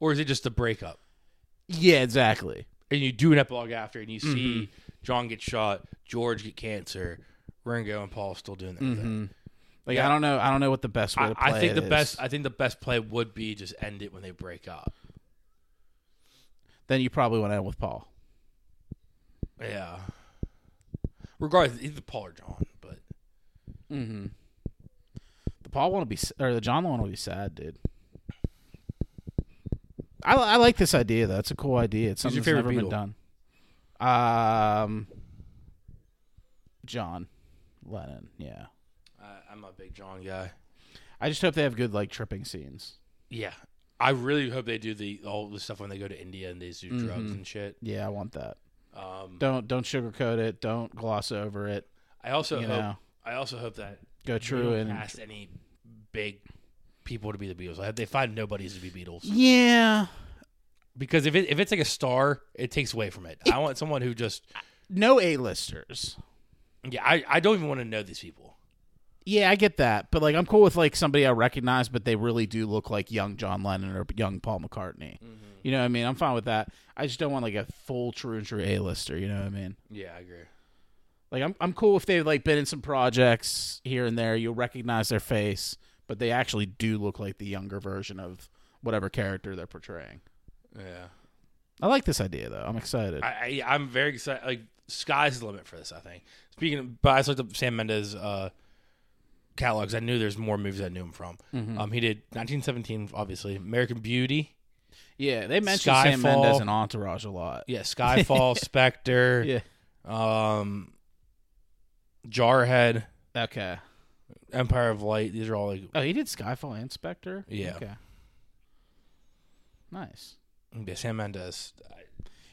B: or is it just a breakup?
A: Yeah, exactly.
B: and you do an epilogue after, and you see John get shot, George get cancer, Ringo and Paul still doing their thing.
A: Like
B: Yeah.
A: I don't know, I don't know what the best way
B: I,
A: to play
B: I think
A: it
B: the
A: is.
B: best. I think the best play would be just end it when they break up.
A: Then you probably want to end with Paul.
B: Yeah. Regardless, either Paul or John, but
A: The Paul one will be, s- or the John one will be sad, dude. I, I like this idea though. It's a cool idea. It's
B: Who's
A: something
B: your
A: that's never
B: favorite
A: been done. Um, John Lennon. Yeah,
B: I, I'm a big John guy.
A: I just hope they have good like tripping scenes.
B: Yeah, I really hope they do the all the stuff when they go to India and they do
A: Mm-hmm.
B: drugs and shit.
A: Yeah, I want that.
B: Um,
A: Don't don't sugarcoat it. Don't gloss over it.
B: I also
A: You
B: hope.
A: know.
B: I also hope that
A: Go
B: they
A: true
B: don't
A: and
B: cast any big people to be the Beatles. I hope they find nobodies to be Beatles.
A: yeah.
B: because if it if it's like a star, it takes away from it. I want someone who just
A: No A listers.
B: yeah. I, I don't even want to know these people.
A: Yeah, I get that, but like I'm
B: Mm-hmm.
A: cool with like somebody I recognize, but they really do look like young John Lennon or young Paul McCartney. You You know what I mean? I'm fine with that. I just don't want like a full true and true A-lister, you know what I mean?
B: Yeah, I agree.
A: Like I'm I'm cool if they've like been in some projects here and there, you'll recognize their face, but they actually do look like the younger version of whatever character they're portraying.
B: Yeah,
A: I like this idea though. I'm excited.
B: I, I I'm very excited. Like sky's the limit for this. I think. Speaking, of, but I just looked up Sam Mendes' uh, catalogs. I knew there's more movies I knew him from.
A: Mm-hmm.
B: Um, he did 1917, obviously American Beauty.
A: yeah, they mentioned Sam
B: Skyfall.
A: Mendes and Entourage a lot. <laughs>
B: Yeah, Skyfall, Spectre.
A: Yeah.
B: Um, Jarhead,
A: Okay.
B: Empire of Light. These are all like
A: Oh, he did Skyfall and Spectre.
B: Yeah.
A: Okay. Nice.
B: yeah, Sam Mendes.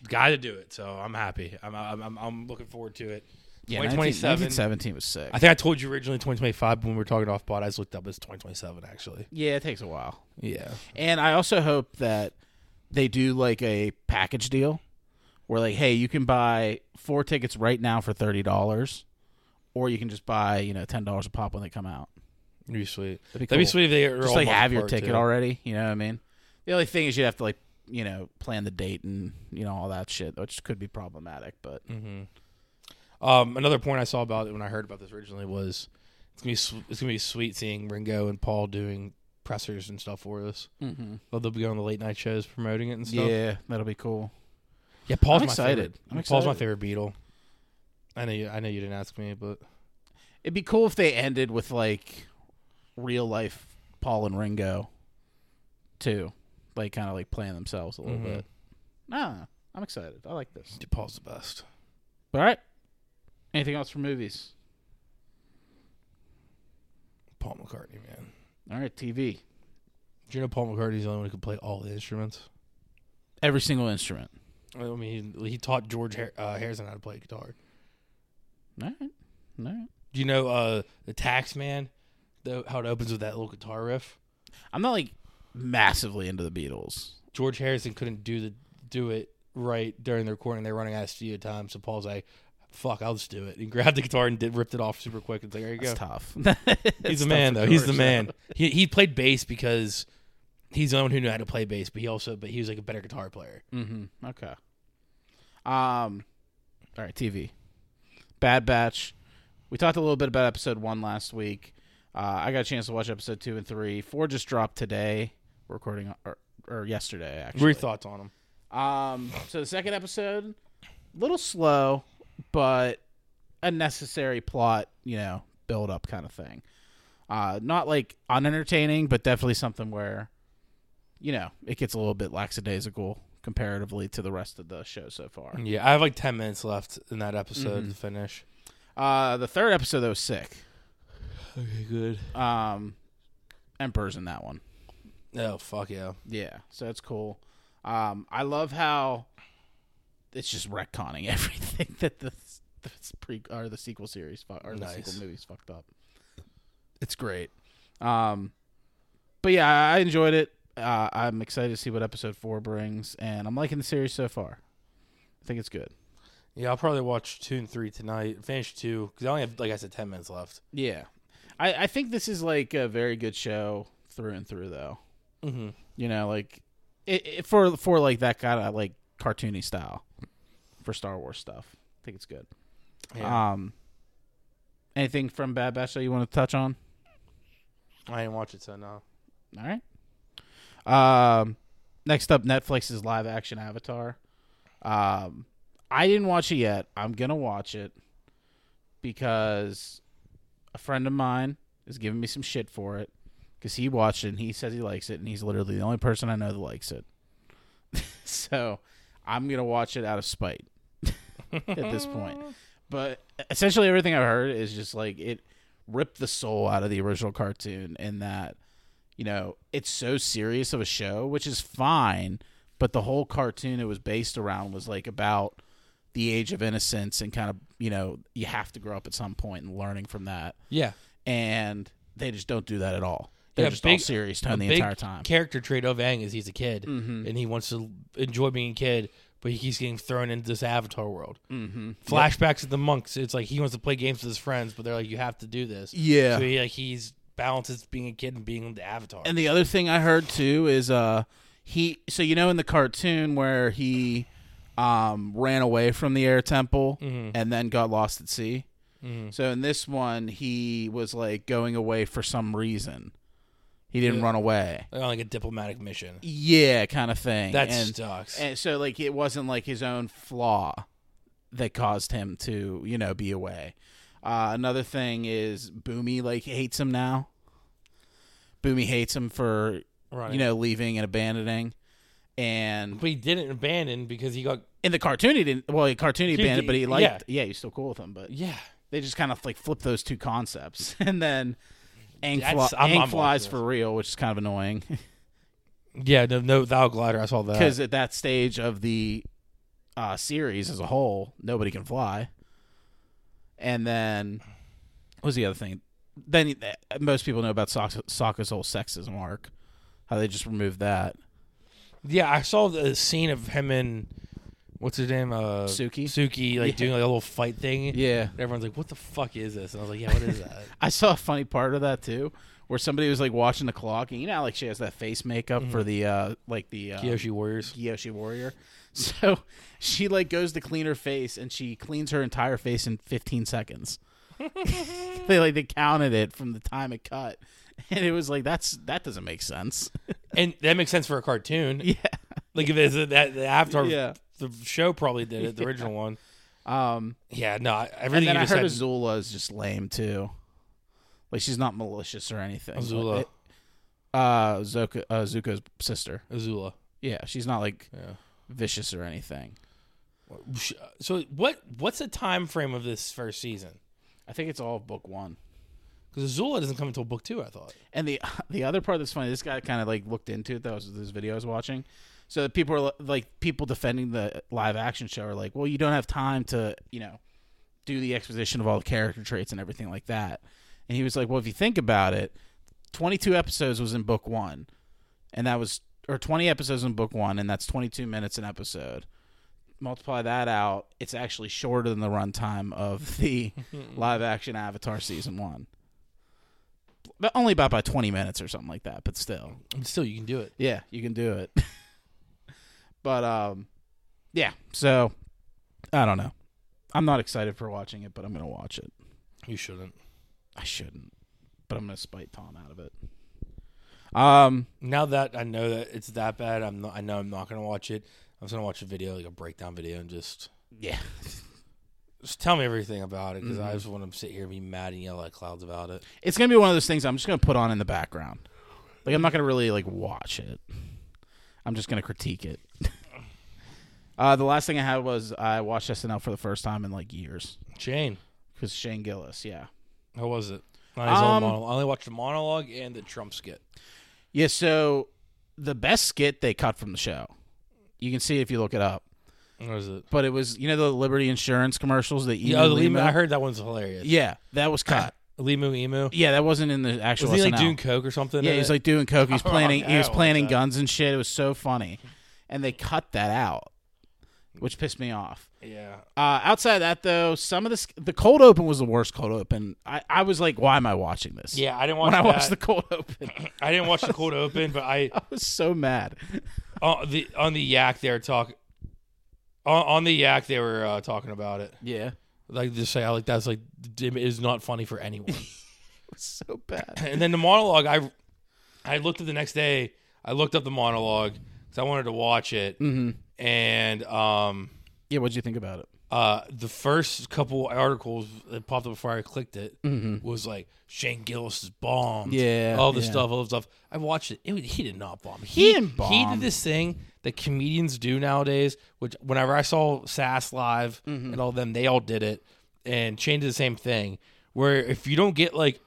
B: Got to do it. So I'm happy. I'm I'm I'm, I'm looking forward to it.
A: Yeah,
B: 2027.
A: 1917 was sick.
B: I think I told you originally 2025 when we were talking off pod. I just looked up it's 2027 actually.
A: yeah, it takes a while.
B: Yeah.
A: And I also hope that they do like a package deal where like, hey, you can buy four tickets right now for thirty dollars, or you can just buy you know ten dollars a pop when they come out.
B: That'd be sweet. That'd be,
A: be cool.
B: sweet if they were
A: Just
B: all
A: like
B: month
A: have your
B: apart,
A: ticket
B: too.
A: already. You know what I mean? The only thing is you'd have to like you know plan the date and you know all that shit, which could be problematic. But
B: Um, another point I saw about it when I heard about this originally was it's gonna be sw- it's gonna be sweet seeing Ringo and Paul doing pressers and stuff for us. Mm-hmm. They'll they'll be going on the late night shows promoting it and stuff.
A: yeah, that'll be cool.
B: Yeah, Paul's
A: I'm
B: my
A: excited.
B: favorite.
A: I'm
B: Paul's my
A: excited.
B: favorite Beatle. I know you. I know you didn't ask me, but
A: It'd be cool if they ended with like real life Paul and Ringo too. Like kind of like playing themselves a little
B: Mm-hmm.
A: bit. Nah, I'm excited. I like this.
B: dude, Paul's the best.
A: All right. Anything else for movies?
B: Paul McCartney, man.
A: All right, TV.
B: Do you know Paul McCartney's the only one who can play all the instruments?
A: Every single instrument.
B: I mean, he, he taught George Har- uh, Harrison how to play guitar.
A: All right. All right.
B: Do you know uh, the Tax Man? The, how it opens with that little guitar riff.
A: I'm not like massively into the Beatles.
B: George Harrison couldn't do the do it right during the recording. They're running out of studio time, so Paul's like, "Fuck, I'll just do it." He grabbed the guitar and did ripped it off super quick. It's like, there you
A: It's
B: go.
A: tough. <laughs>
B: He's
A: It's
B: the
A: tough
B: man,
A: for
B: though. He's
A: George,
B: the man. he he played bass because he's the only one who knew how to play bass, but he also but he was like a better guitar player.
A: Mm-hmm. Okay. Um all right, TV. Bad Batch. We talked a little bit about episode 1 last week. Uh, I got a chance to watch episode 2 and 3. 4 just dropped today. We're recording or, or yesterday
B: What are
A: actually.
B: your thoughts on him?
A: Um so the second episode little slow but unnecessary plot, you know, build up kind of thing. Uh not like unentertaining, but definitely something where you know, it gets a little bit lackadaisical comparatively to the rest of the show so far.
B: Yeah, I have like ten minutes left in that episode to finish.
A: Uh, the third episode though was sick.
B: Okay, good.
A: Um, Emperor's in that one.
B: Oh fuck yeah!
A: Yeah, so that's cool. Um, I love how it's just retconning <laughs> everything that the this pre or the sequel series fu- or the
B: Nice.
A: sequel movies fucked up. It's great. Um, but yeah, I I enjoyed it. Uh, I'm excited to see what episode four brings, and I'm liking the series so far. I think it's good.
B: Yeah, I'll probably watch two and three tonight. Finish two because I only have like I said ten minutes left.
A: Yeah, I, I think this is like a very good show through and through, though.
B: Mhm.
A: You know, like it, it, for for like that kind of like cartoony style for Star Wars stuff. I think it's good.
B: Yeah.
A: Um, anything from Bad Batch that you want to touch on?
B: I didn't watch it, so no.
A: All right. Um, next up, Netflix's live action Avatar. Um, I didn't watch it yet. I'm gonna watch it because a friend of mine is giving me some shit for it because he watched it and he says he likes it and he's literally the only person I know that likes it. <laughs> so I'm gonna watch it out of spite <laughs> at this point. But essentially, everything I've heard is just like it ripped the soul out of the original cartoon in that you know, it's so serious of a show, which is fine, but the whole cartoon it was based around was like about the age of innocence and kind of, you know, you have to grow up at some point and learning from that.
B: Yeah,
A: And they just don't do that at all. They're
B: Yeah,
A: just all
B: big-
A: serious
B: a
A: tone the
B: big
A: entire time. Mm-hmm.
B: Character trait of Aang is he's a kid and he wants to enjoy being a kid, but he keeps getting thrown into this avatar world. Mm-hmm. Flashbacks of the monks. It's like he wants to play games with his friends, but they're like, "You have to do this."
A: Yeah.
B: So he like he's balances being a kid and being the avatar.
A: And the other thing I heard too is uh he so you know in the cartoon where he um ran away from the air temple
B: Mm-hmm.
A: and then got lost at sea. So in this one, he was like going away for some reason. He didn't run away.
B: Like on like a diplomatic mission.
A: Yeah, kind of thing.
B: That
A: and,
B: sucks.
A: and so like it wasn't like his own flaw that caused him to you know be away. Uh, another thing is Boomy like hates him now. Boomy hates him for
B: Right.
A: you know leaving and abandoning, and
B: but he didn't abandon because he got
A: in the cartoon he didn't. Well, in cartoon he
B: He-
A: abandoned, but he
B: yeah.
A: liked. Yeah, he's still cool with him, but
B: yeah.
A: they just kind of like flip those two concepts, <laughs> and then Ang,
B: That's-
A: fly-
B: I'm-
A: Aang
B: I'm
A: flies
B: watching
A: for real, which is kind of annoying
B: Yeah, no, no, thou glider. I saw that.
A: because at that stage of the uh, series as a whole, nobody can fly. And then what was the other thing? Then uh, most people know about Sokka, Sokka's whole sexism arc, how they just removed that.
B: yeah, I saw the scene of him and what's his name, uh,
A: Suki?
B: Suki, like doing like a little fight thing.
A: Yeah.
B: And everyone's like, "What the fuck is this?" And I was like, "Yeah, what
A: <laughs>
B: is that?" Uh,
A: I saw a funny part of that too, where somebody was like watching the clock, and you know, how, like she has that face makeup for the uh, like the uh,
B: Kyoshi Warriors.
A: Kyoshi warrior. <laughs> So she like goes to clean her face and she cleans her entire face in 15 seconds. <laughs> they like they counted it from the time it cut, <laughs> and it was like that's that doesn't make sense.
B: And that makes sense for a cartoon.
A: <laughs> yeah.
B: Like if it's that the Avatar,
A: Yeah.
B: the show probably
A: <laughs>
B: did it, the original one.
A: Um.
B: Yeah, no, I-
A: And
B: everything
A: then
B: you
A: I
B: just
A: heard
B: said.
A: Azula is just lame too. Like she's not malicious or anything.
B: Azula,
A: Like, Uh, Zoka, uh, Zuko's sister.
B: Azula.
A: Yeah, she's not like
B: Yeah.
A: vicious or anything.
B: So what? What's the time frame of this first season?
A: I think it's all of book one.
B: Because Azula doesn't come until book two. I thought.
A: And the <laughs> the other part that's funny, this guy kind of like looked into it. That was this video I was watching. So the people are li- like people defending the live action show are like, well, you don't have time to you know do the exposition of all the character traits and everything like that. And he was like, well, if you think about it, twenty two episodes was in book one, and that was or twenty episodes in book one, and that's twenty two minutes an episode. Multiply that out, it's actually shorter than the runtime of the live action Avatar season one but only about by 20 minutes or something like that but still
B: And still, you can do it.
A: yeah you can do it <laughs> but um yeah so i don't know i'm not excited for watching it but i'm gonna watch it
B: You shouldn't.
A: i shouldn't but i'm gonna spite tom out of it um
B: Now that I know that it's that bad, I'm not, I know I'm not gonna watch it. I'm just gonna watch a video, like a breakdown video, and just
A: yeah <laughs>
B: just tell me everything about it because I just want to sit here and be mad and yell at clouds about it.
A: it's gonna be one of those things i'm just gonna put on in the background like i'm not gonna really like watch it i'm just gonna critique it <laughs> uh the last thing i had was i watched snl for the first time in like years
B: Shane,
A: because shane gillis yeah
B: how was it? Not his own
A: Um,
B: monologue. I only watched the monologue and the Trump skit.
A: Yeah, so the best skit they cut from the show. You can see it if you look it up.
B: What was it?
A: But it was you know the Liberty Insurance commercials that
B: Yeah, oh, the
A: Lima.
B: Limu. I heard that one's hilarious.
A: Yeah, that was cut.
B: Limu Emu.
A: yeah, that wasn't in the actual.
B: Was he like
A: SNL.
B: doing coke or something?
A: Yeah,
B: in
A: he's
B: it?
A: like doing coke.
B: <laughs>
A: He's planning. he
B: I
A: was
B: don't like
A: planning
B: that.
A: guns and shit. It was so funny, and they cut that out, which pissed me off.
B: yeah.
A: Uh, outside of that though, some of this the cold open was the worst cold open. I, I was like, why am I watching this?
B: Yeah, I didn't watch
A: <laughs> when I
B: that. <clears throat>
A: watched the cold open,
B: I didn't watch the cold open, but I
A: I was so mad.
B: on the on the yak they were talking on, on the yak they were uh, talking about it.
A: Yeah,
B: Like just say I like that's like it is not funny for anyone.
A: <laughs>
B: <laughs>
A: so bad.
B: and then the monologue I I looked at the next day. I looked up the monologue because I wanted to watch it. And um
A: Yeah, what'd you think about it?
B: uh the first couple articles that popped up before I clicked it was like Shane Gillis is bombed.
A: Mm-hmm. Yeah,
B: all this
A: yeah.
B: stuff, all this stuff. I watched it. it was, he did not bomb.
A: He didn't
B: He
A: bomb.
B: did this thing that comedians do nowadays. Which whenever I saw Sass live
A: Mm-hmm.
B: and all them, they all did it and Shane did the same thing. Where if you don't get like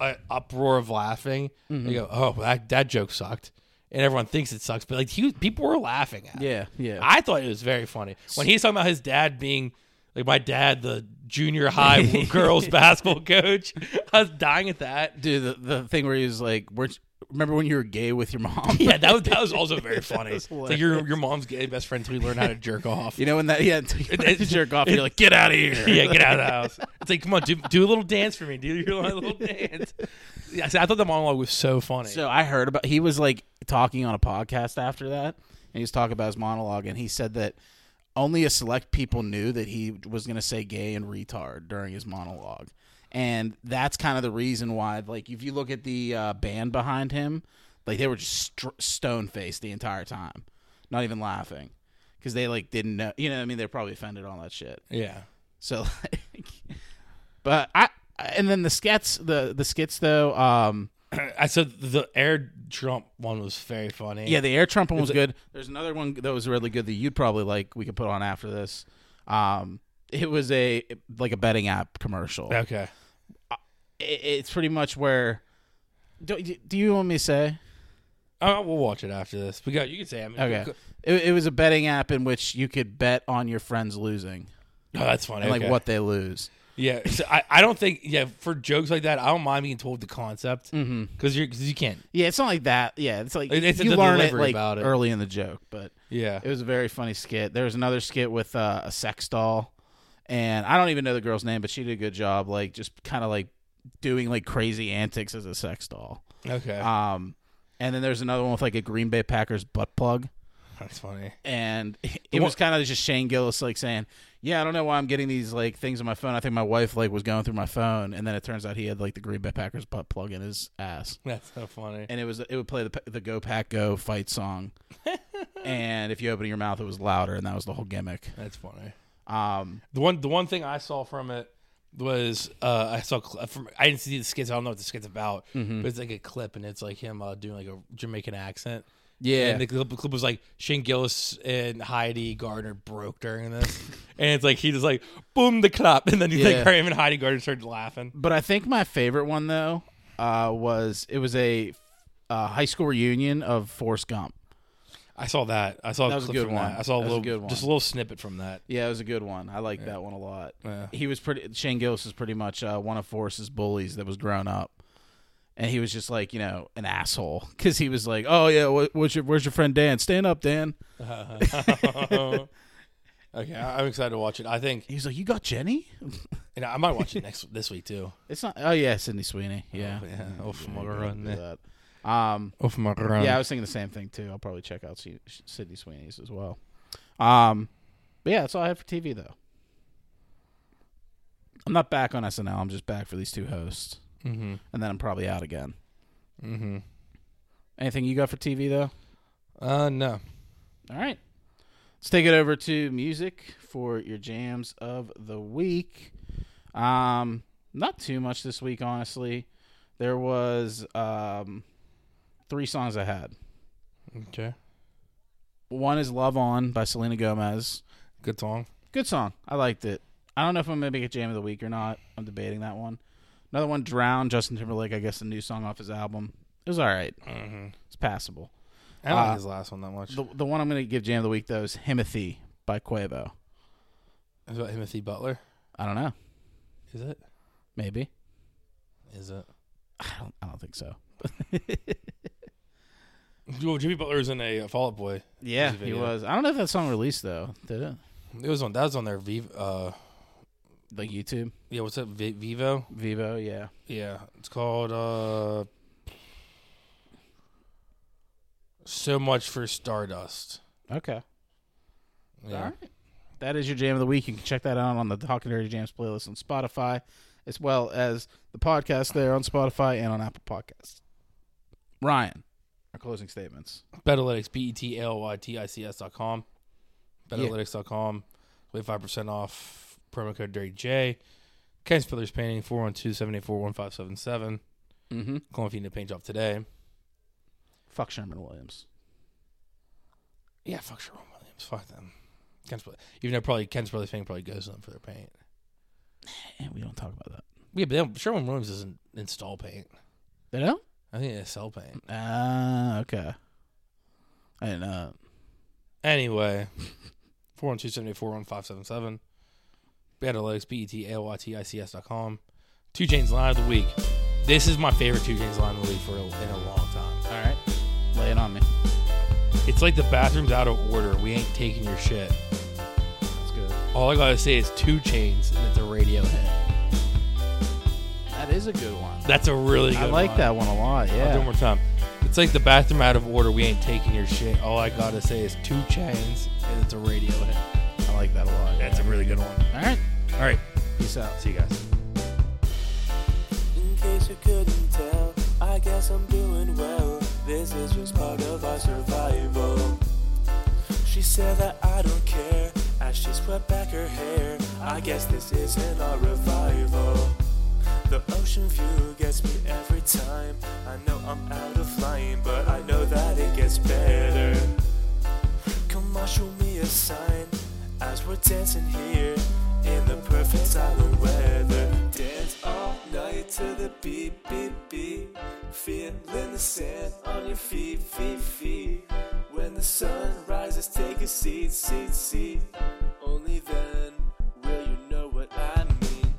B: an uproar of laughing,
A: Mm-hmm.
B: you go, "Oh, that that joke sucked," and everyone thinks it sucks. But like he, was- people were laughing at. it.
A: Yeah, yeah.
B: I thought it was very funny when he's talking about his dad being like my dad, the
A: <laughs>
B: junior high girls basketball coach. I was dying at that.
A: Dude, the, the thing where he was like, "We're Remember when you were gay with your <laughs> mom?
B: Yeah, that was, that was also
A: <laughs>
B: very funny. It's like your
A: hilarious.
B: your mom's gay best friend until you learn how to jerk off.
A: You know when that yeah, <laughs> until you
B: it-
A: jerk off, and you're like, get out of here.
B: <laughs> yeah, get out of the house. It's like, come on, do, do a little dance for me. Do your
A: <laughs>
B: little dance. Yeah, see, I thought the monologue was so funny.
A: So I heard about he was like talking on a podcast after that, and he was talking about his monologue, and he said that only a select people knew that he was going to say gay and retard during his monologue, and that's kind of the reason why. Like, if you look at the uh, band behind him, like they were just st- stone faced the entire time, not even laughing, because they like didn't know. You know, what I mean, they're probably offended all that shit.
B: yeah, <clears throat>
A: So <laughs> like, but I and then the skits, the the skits though. um
B: I said the air Trump one was very funny.
A: Yeah, the air trumpet one was good. There's another one that was really good that you'd probably like. We could put on after this. Um, it was a like a betting app commercial. It,
B: okay.
A: it's pretty much where. Do, do you want me to say?
B: Uh, we'll watch it after this. We got you can say. I mean,
A: Okay.
B: Oh,
A: It, it was a betting app in which you could bet on your friends losing
B: Oh, that's funny.
A: and like
B: okay.
A: what they lose.
B: Yeah, so I, I don't think yeah for jokes like that I don't mind being told the concept because
A: Mm-hmm.
B: you because you can't.
A: Yeah, it's not like that. Yeah, it's like
B: It- it's
A: you
B: the
A: learn it
B: delivery
A: like
B: about it.
A: early in the joke, but
B: Yeah,
A: It was a very funny skit. There was another skit with uh, a sex doll, and I don't even know the girl's name, but she did a good job, like just kind of like doing like crazy antics as a sex doll.
B: okay,
A: Um, and then there's another one with like a Green Bay Packers butt plug,
B: that's funny. <laughs>
A: and <laughs> it was kind of just Shane Gillis like saying, "Yeah, I don't know why I'm getting these like things on my phone. I think my wife like was going through my phone, and then it turns out he had like the Green Bay Packers butt plug in his ass."
B: That's so funny.
A: and it was it would play the the Go Pack Go fight song, and if you open your mouth, it was louder, and that was the whole gimmick.
B: That's funny.
A: Um,
B: The one the one thing I saw from it was uh I saw cl- from I didn't see the skits. I don't know what the skits about,
A: Mm-hmm.
B: but it's like a clip and it's like him uh, doing like a Jamaican accent.
A: yeah,
B: And the clip, clip was like Shane Gillis and Heidi Gardner broke during this, <laughs> and it's like he just like boom the clap, <laughs> and then he's like
A: Yeah.
B: him and Heidi Gardner started laughing.
A: but I think my favorite one though uh, was it was a uh, high school reunion of Forrest Gump.
B: I saw that. I saw
A: That
B: a
A: was a
B: clip
A: good
B: from
A: one.
B: that. I saw a
A: That was a
B: little,
A: good one.
B: just a little snippet
A: <laughs>
B: from that.
A: Yeah, it was a good one. I liked that one a lot.
B: Yeah.
A: He was pretty. Shane Gillis is pretty much uh, one of Forrest's bullies that was grown up, and he was just like you know an asshole <laughs> because he was like, oh yeah, wh- what's your where's your friend Dan? Stand up, Dan. Uh-huh.
B: Okay, I- I'm excited to watch it. I think,
A: He was like, you got Jenny? <laughs>
B: and I might watch it next this week too.
A: It's not. Oh yeah, Sydney Sweeney. <laughs> Yeah.
B: Oh, Yeah, off my
A: Do
B: run, eh.
A: that. Um,
B: off my run.
A: yeah, I was thinking the same thing too. I'll probably check out Sy- Sydney Sweeney's as well. Um, but yeah, that's all I have for TV though. I'm not back on SNL. I'm just back for these two hosts,
B: Mm-hmm.
A: and then I'm probably out again.
B: Mm-hmm.
A: Anything you got for TV though?
B: Uh, no.
A: All right, let's take it over to music for your jams of the week. Um, not too much this week, honestly. There was um, three songs I had.
B: Okay.
A: One is Love On by Selena Gomez.
B: Good song.
A: Good song. I liked it. I don't know if I'm going to make it Jam of the Week or not. I'm debating that one. Another one, Drown, Justin Timberlake. I guess the new song off his album. It was all right. It's passable.
B: I don't
A: Mm-hmm. Uh,
B: like his last one that much.
A: The, the one I'm going to give Jam of the Week, though, is Himothy by Quavo.
B: Is it Timothy Butler?
A: I don't know.
B: Is it?
A: Maybe.
B: Is it?
A: I don't, I don't think so.
B: Well, Jimmy Butler was in a uh, Fall Out Boy.
A: Yeah,
B: Music
A: he
B: video.
A: was. I don't know if that song released, though. Did it?
B: It was on. That was on their Vivo. Uh,
A: Like YouTube?
B: yeah. What's that? Vi- Vivo.
A: Vivo, yeah.
B: Yeah. It's called. uh So much for Stardust.
A: Okay.
B: Yeah.
A: All right. That is your jam of the week. You can check that out on the Talking Dirty Jams playlist on Spotify, as well as the podcast there on Spotify and on Apple Podcasts. Ryan, our closing statements.
B: Betalytics. B e t a l y t i c s dot com. Betalytics dot com. Twenty five percent off. Promo code Dirty J. Ken Spillers Painting 412 784 1577.
A: Mm-hmm.
B: Calling if you need a paint job today.
A: Fuck Sherman Williams.
B: Yeah, fuck Sherwin Williams. Fuck them. Ken's Bro- even though probably Ken's brother's paint probably goes to them for their paint.
A: And we don't talk about that.
B: Yeah, but they don't- Sherwin Williams doesn't install paint.
A: They don't?
B: I think they sell paint.
A: Ah, okay. I didn't uh, know.
B: Anyway, four one two seventy four one five seven seven. Betalytics B E T A L Y T I C S dot com. Two Jane's line of the week. This is my favorite two Chains line in the league for a, in a long time.
A: All right, lay it on me.
B: It's like the bathroom's out of order. We ain't taking your shit.
A: That's good.
B: All I gotta say is two chains, and it's a radio hit.
A: That is a good one.
B: That's a really good.
A: I like
B: one.
A: that one a lot.
B: I'll do it one
A: Yeah.
B: more time. It's like the bathroom out of order. We ain't taking your shit. All I gotta say is two chains, and it's a radio hit.
A: I like that a lot.
B: That's a really good one.
A: All right.
B: All right,
A: Peace out.
B: see you guys.
E: In case you couldn't tell, I guess I'm doing well. This is just part of our survival. She said that I don't care as she swept back her hair. I guess this isn't our revival. The ocean view gets me every time. I know I'm out of line, but I know that it gets better. Come on, show me a sign as we're dancing here in the perfect silent weather. Dance all night to the beat, beat, beat. Feeling the sand on your feet, feet, feet. When the sun rises, take a seat, seat, seat. Only then will you know what I mean.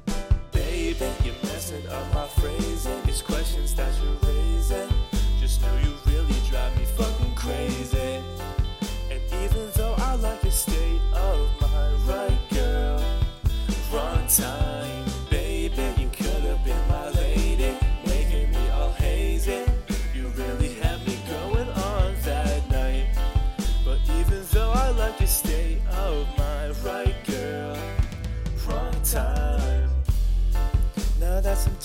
E: Baby, you're messing up my phrasing. These questions that you're raising. Just know you really drive me fucking crazy. And even though I like your state of mind, right, girl? Wrong time, baby. You could have been my lady, making me all hazy. You really had me going on that night. But even though I like your state of mind, right, girl? Wrong time. Now that some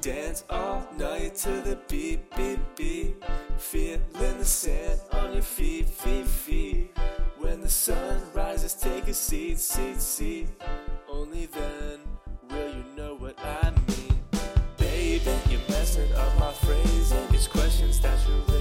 E: Dance all night to the beat, beat, beat. Feeling the sand on your feet, feet, feet. When the sun rises, take a seat, seat, seat. Only then will you know what I mean. Baby, you're messing up my phrasing. It's questions that you're